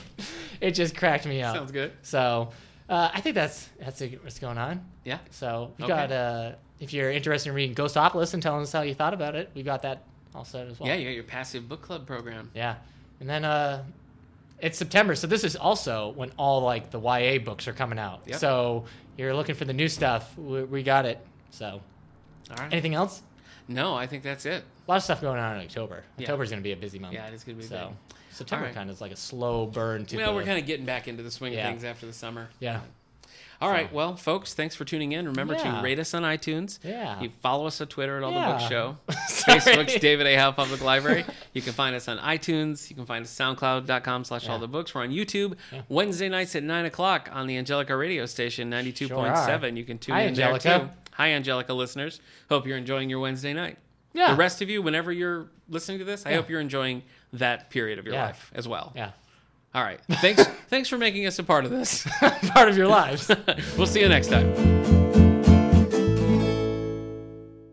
A: it just cracked me up.
B: Sounds good.
A: So uh, I think that's that's what's going on.
B: Yeah.
A: So we
B: Okay.
A: got uh, if you're interested in reading Ghostopolis and telling us how you thought about it, we got that all set as well.
B: Yeah, you got your passive book club program.
A: Yeah. And then uh, it's September, so this is also when all like the YA books are coming out.
B: Yep.
A: So you're looking for the new stuff. We, we got it. So
B: All right.
A: anything else?
B: No, I think that's it.
A: A lot of stuff going on in October.
B: Yeah.
A: October's going to be a busy month.
B: Yeah, it is gonna be
A: so.
B: big.
A: September
B: Alright.
A: kind of is like a slow burn to.
B: Well,
A: the-
B: we're kind of getting back into the swing
A: Yeah.
B: of things after the summer.
A: Yeah.
B: All right, well, folks, thanks for tuning in. Remember
A: Yeah.
B: to rate us on iTunes.
A: Yeah.
B: You follow us on Twitter at All the
A: Yeah.
B: Book Show.
A: Sorry.
B: Facebook's David A. Howe Public Library. You can find us on iTunes. You can find us at soundcloud.com slash all the books. We're on YouTube Wednesday nights at 9 o'clock on the Angelica radio station, 92.7.
A: Sure are.
B: you can tune
A: Hi,
B: in there, too.
A: Angelica.
B: Hi, Angelica listeners. Hope you're enjoying your Wednesday night.
A: Yeah.
B: The rest of you, whenever you're listening to this, I hope you're enjoying that period of your
A: Yeah.
B: life as well.
A: Yeah.
B: All right. Thanks, thanks for making us a part of this.
A: Part of your lives.
B: we'll see you next time.